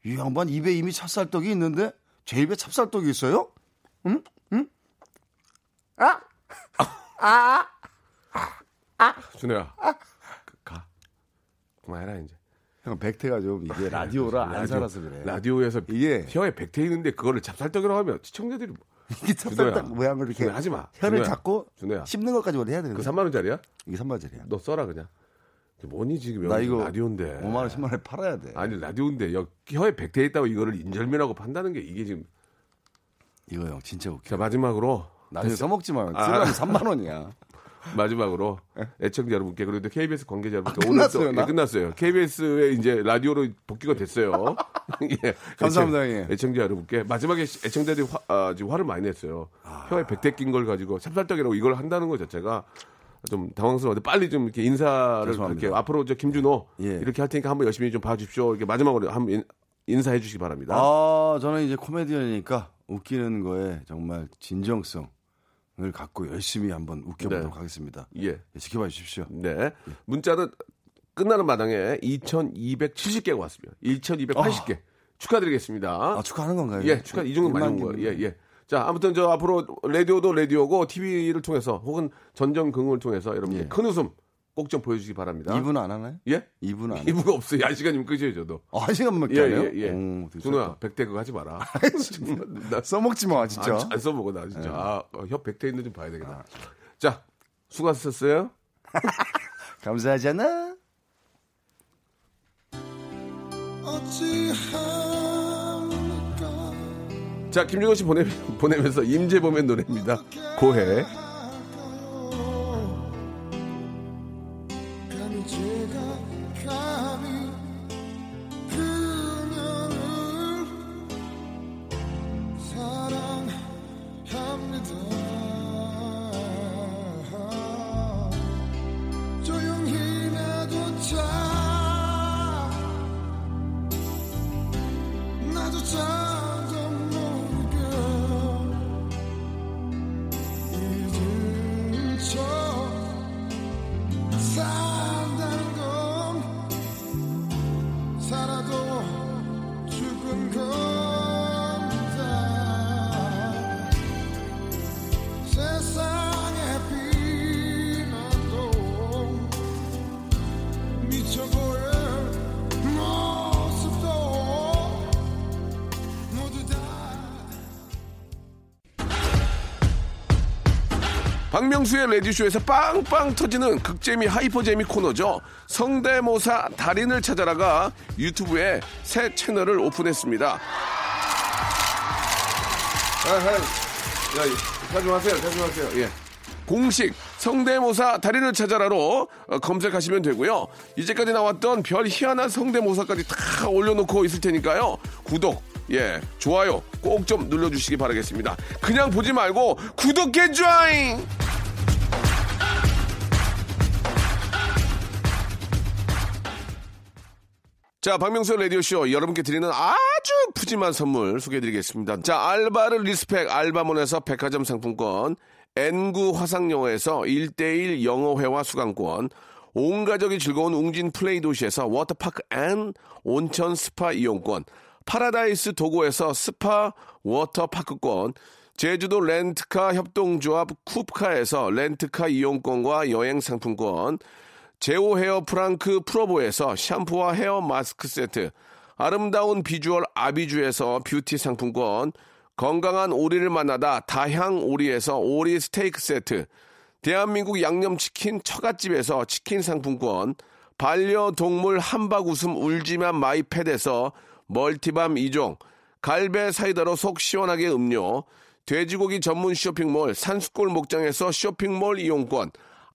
Speaker 7: 이 양반 입에 이미 찹쌀떡이 있는데 제 입에 찹쌀떡이 있어요?
Speaker 3: 준호야.
Speaker 7: 아.
Speaker 3: 가. 그만해라, 이제.
Speaker 7: 형 백태가 좀 이게 라디오라 안 살아서 그래 예.
Speaker 3: 라디오에서
Speaker 7: 이게-
Speaker 3: 혀에 백태 있는데 그거를 찹쌀떡이라고 하면 시청자들이
Speaker 7: 이게 찹쌀떡
Speaker 3: 준호야.
Speaker 7: 모양을 이렇게
Speaker 3: 준호야, 하지 마.
Speaker 7: 혀를
Speaker 3: 준호야.
Speaker 7: 잡고
Speaker 3: 준호야.
Speaker 7: 씹는 것까지 원래 해야 되는
Speaker 3: 그
Speaker 7: 거
Speaker 3: 3만 원짜리야?
Speaker 7: 이게 3만원짜리야
Speaker 3: 너 써라 그냥. 이게 뭐니 지금
Speaker 7: 나
Speaker 3: 여기
Speaker 7: 이거
Speaker 3: 라디오인데.
Speaker 7: 5만원 10만원에 팔아야 돼
Speaker 3: 아니 라디오인데 여, 혀에 백태 있다고 이거를 인절미라고 판다는 게 이게 지금
Speaker 7: 이거 형 진짜 웃겨
Speaker 3: 자 마지막으로
Speaker 7: 나중에
Speaker 3: 됐어.
Speaker 7: 써먹지만
Speaker 3: 아.
Speaker 7: 쓰려면 3만원이야
Speaker 3: 마지막으로 애청자 여러분께 그래도 KBS 관계자 여러분께
Speaker 7: 예? 아,
Speaker 3: 오늘 또-
Speaker 7: 끝났어요, 나?
Speaker 3: 예, 끝났어요. KBS에 이제 라디오로 복귀가 됐어요. 예,
Speaker 7: 감사합니다,
Speaker 3: 애청-
Speaker 7: 형님.
Speaker 3: 애청자 여러분께 마지막에 시- 애청자들이 화, 아, 지금 화를 많이 냈어요.
Speaker 7: 아.
Speaker 3: 혀에 백대 낀 걸 가지고 찹쌀떡이라고 이걸 한다는 것 자체가 좀 당황스러운데 빨리 좀 이렇게 인사를
Speaker 7: 죄송합니다.
Speaker 3: 이렇게 앞으로 저 김준호
Speaker 7: 예.
Speaker 3: 이렇게 할 테니까 한번 열심히 좀 봐주십시오. 이렇게 마지막으로 한번 인- 인사해 주시기 바랍니다.
Speaker 7: 아, 저는 이제 코미디언이니까 웃기는 거에 정말 진정성을 갖고 열심히 한번 웃겨보도록
Speaker 3: 네.
Speaker 7: 하겠습니다.
Speaker 3: 예.
Speaker 7: 예, 지켜봐 주십시오.
Speaker 3: 네. 문자는 끝나는 마당에 2,270개가 왔습니다. 1,280개. 축하드리겠습니다.
Speaker 7: 아, 축하하는 건가요?
Speaker 3: 예, 축하 이 정도 많이 온
Speaker 7: 1만
Speaker 3: 거예요.
Speaker 7: 개면.
Speaker 3: 예, 예. 자, 아무튼 저 앞으로 라디오도 라디오고 TV를 통해서 혹은 전전긍을 통해서 여러분께
Speaker 7: 예.
Speaker 3: 큰 웃음 꼭 좀 보여주시기 바랍니다.
Speaker 7: 이분 안 하나요?
Speaker 3: 예?
Speaker 7: 이분 안 하나요?
Speaker 3: 이부가 없어요. 한 시간이면 끝이에요, 저도.
Speaker 7: 아, 한 시간밖에
Speaker 3: 예,
Speaker 7: 안
Speaker 3: 예,
Speaker 7: 해요? 오,
Speaker 3: 예.
Speaker 7: 되게
Speaker 3: 준호야, 백대 그거 하지 마라. 정말 나
Speaker 7: 좋다. 써먹지 예. 아. 마, 진짜.
Speaker 3: 아, 안 써보고 나 진짜 아, 어, 혀 백대 있는 좀 봐야 되겠다. 자, 수고하셨어요.
Speaker 7: 감사하잖아.
Speaker 3: 자, 김준호 씨 보내, 보내면서 임재범의 노래입니다. 고해. 박명수의 레디쇼에서 빵빵 터지는 극재미 하이퍼재미 코너죠. 성대모사 달인을 찾아라가 유튜브에 새 채널을 오픈했습니다. 아, 야, 가져하세요 가져하세요 예. 공식 성대모사 달인을 찾아라로 어, 검색하시면 되고요. 이제까지 나왔던 별 희한한 성대모사까지 다 올려놓고 있을 테니까요. 구독, 예, 좋아요 꼭 좀 눌러주시기 바라겠습니다. 그냥 보지 말고 구독해 줘잉! 자, 박명수 라디오쇼 여러분께 드리는 아주 푸짐한 선물 소개해드리겠습니다. 자, 알바를 리스펙 알바몬에서 백화점 상품권, N구 화상영어에서 1대1 영어회화 수강권, 온 가족이 즐거운 웅진 플레이 도시에서 워터파크 앤 온천 스파 이용권, 파라다이스 도고에서 스파 워터파크권, 제주도 렌트카 협동조합 쿱카에서 렌트카 이용권과 여행 상품권, 제오 헤어 프랑크 프로보에서 샴푸와 헤어 마스크 세트, 아름다운 비주얼 아비주에서 뷰티 상품권, 건강한 오리를 만나다 다향 오리에서 오리 스테이크 세트, 대한민국 양념치킨 처갓집에서 치킨 상품권, 반려동물 함박 웃음 울지만 마이패드에서 멀티밤 2종, 갈배 사이다로 속 시원하게 음료, 돼지고기 전문 쇼핑몰 산수골 목장에서 쇼핑몰 이용권,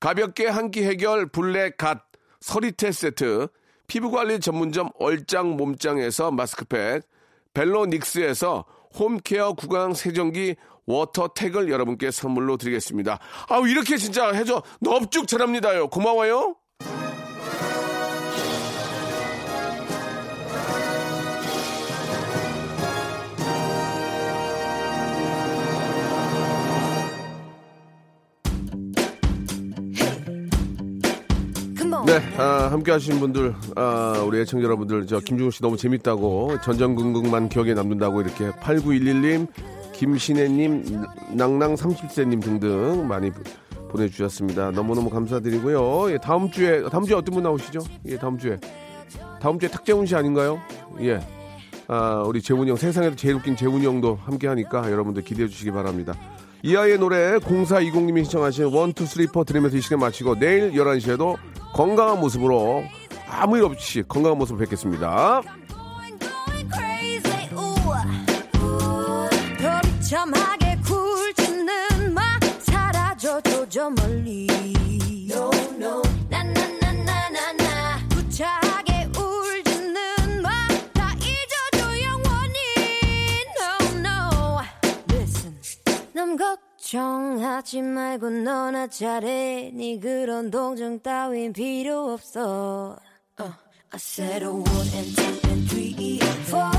Speaker 3: 가볍게 한 끼 해결 블랙 갓 서리테 세트, 피부관리 전문점 얼짱 몸짱에서 마스크팩, 벨로닉스에서 홈케어 구강 세정기 워터택을 여러분께 선물로 드리겠습니다. 아우 이렇게 진짜 해줘 넙죽 잘합니다요. 고마워요. 네, 아, 함께 하신 분들, 아, 우리 애청자 여러분들, 저 김중호 씨 너무 재밌다고, 전전긍긍만 기억에 남는다고 이렇게 8911님, 김신혜님, 낭낭30세님 등등 많이 보- 보내주셨습니다. 너무너무 감사드리고요. 예, 다음 주에, 다음 주에 어떤 분 나오시죠? 예, 다음 주에. 다음 주에 탁재훈 씨 아닌가요? 예. 아, 우리 재훈이 형, 세상에서 제일 웃긴 재훈이 형도 함께 하니까 여러분들 기대해 주시기 바랍니다. 이 아이의 노래 0420님이 신청하신 1, 2, 3, 4 들으면서 이 시간 마치고 내일 11시에도 건강한 모습으로 아무 일 없이 건강한 모습으로 뵙겠습니다.
Speaker 4: going, going crazy. Ooh, ooh, 별이 참하게 굴지는 마 사라져줘 저 멀리. No, no, 나나나나나나. 구차하게 울지는 마 다 잊어줘 영원히. No, no. Listen. 난 걱정하지 말고 너나 잘해 네 그런 동정 따윈 어, 필요 없어 uh, I said a one and two and three, four e,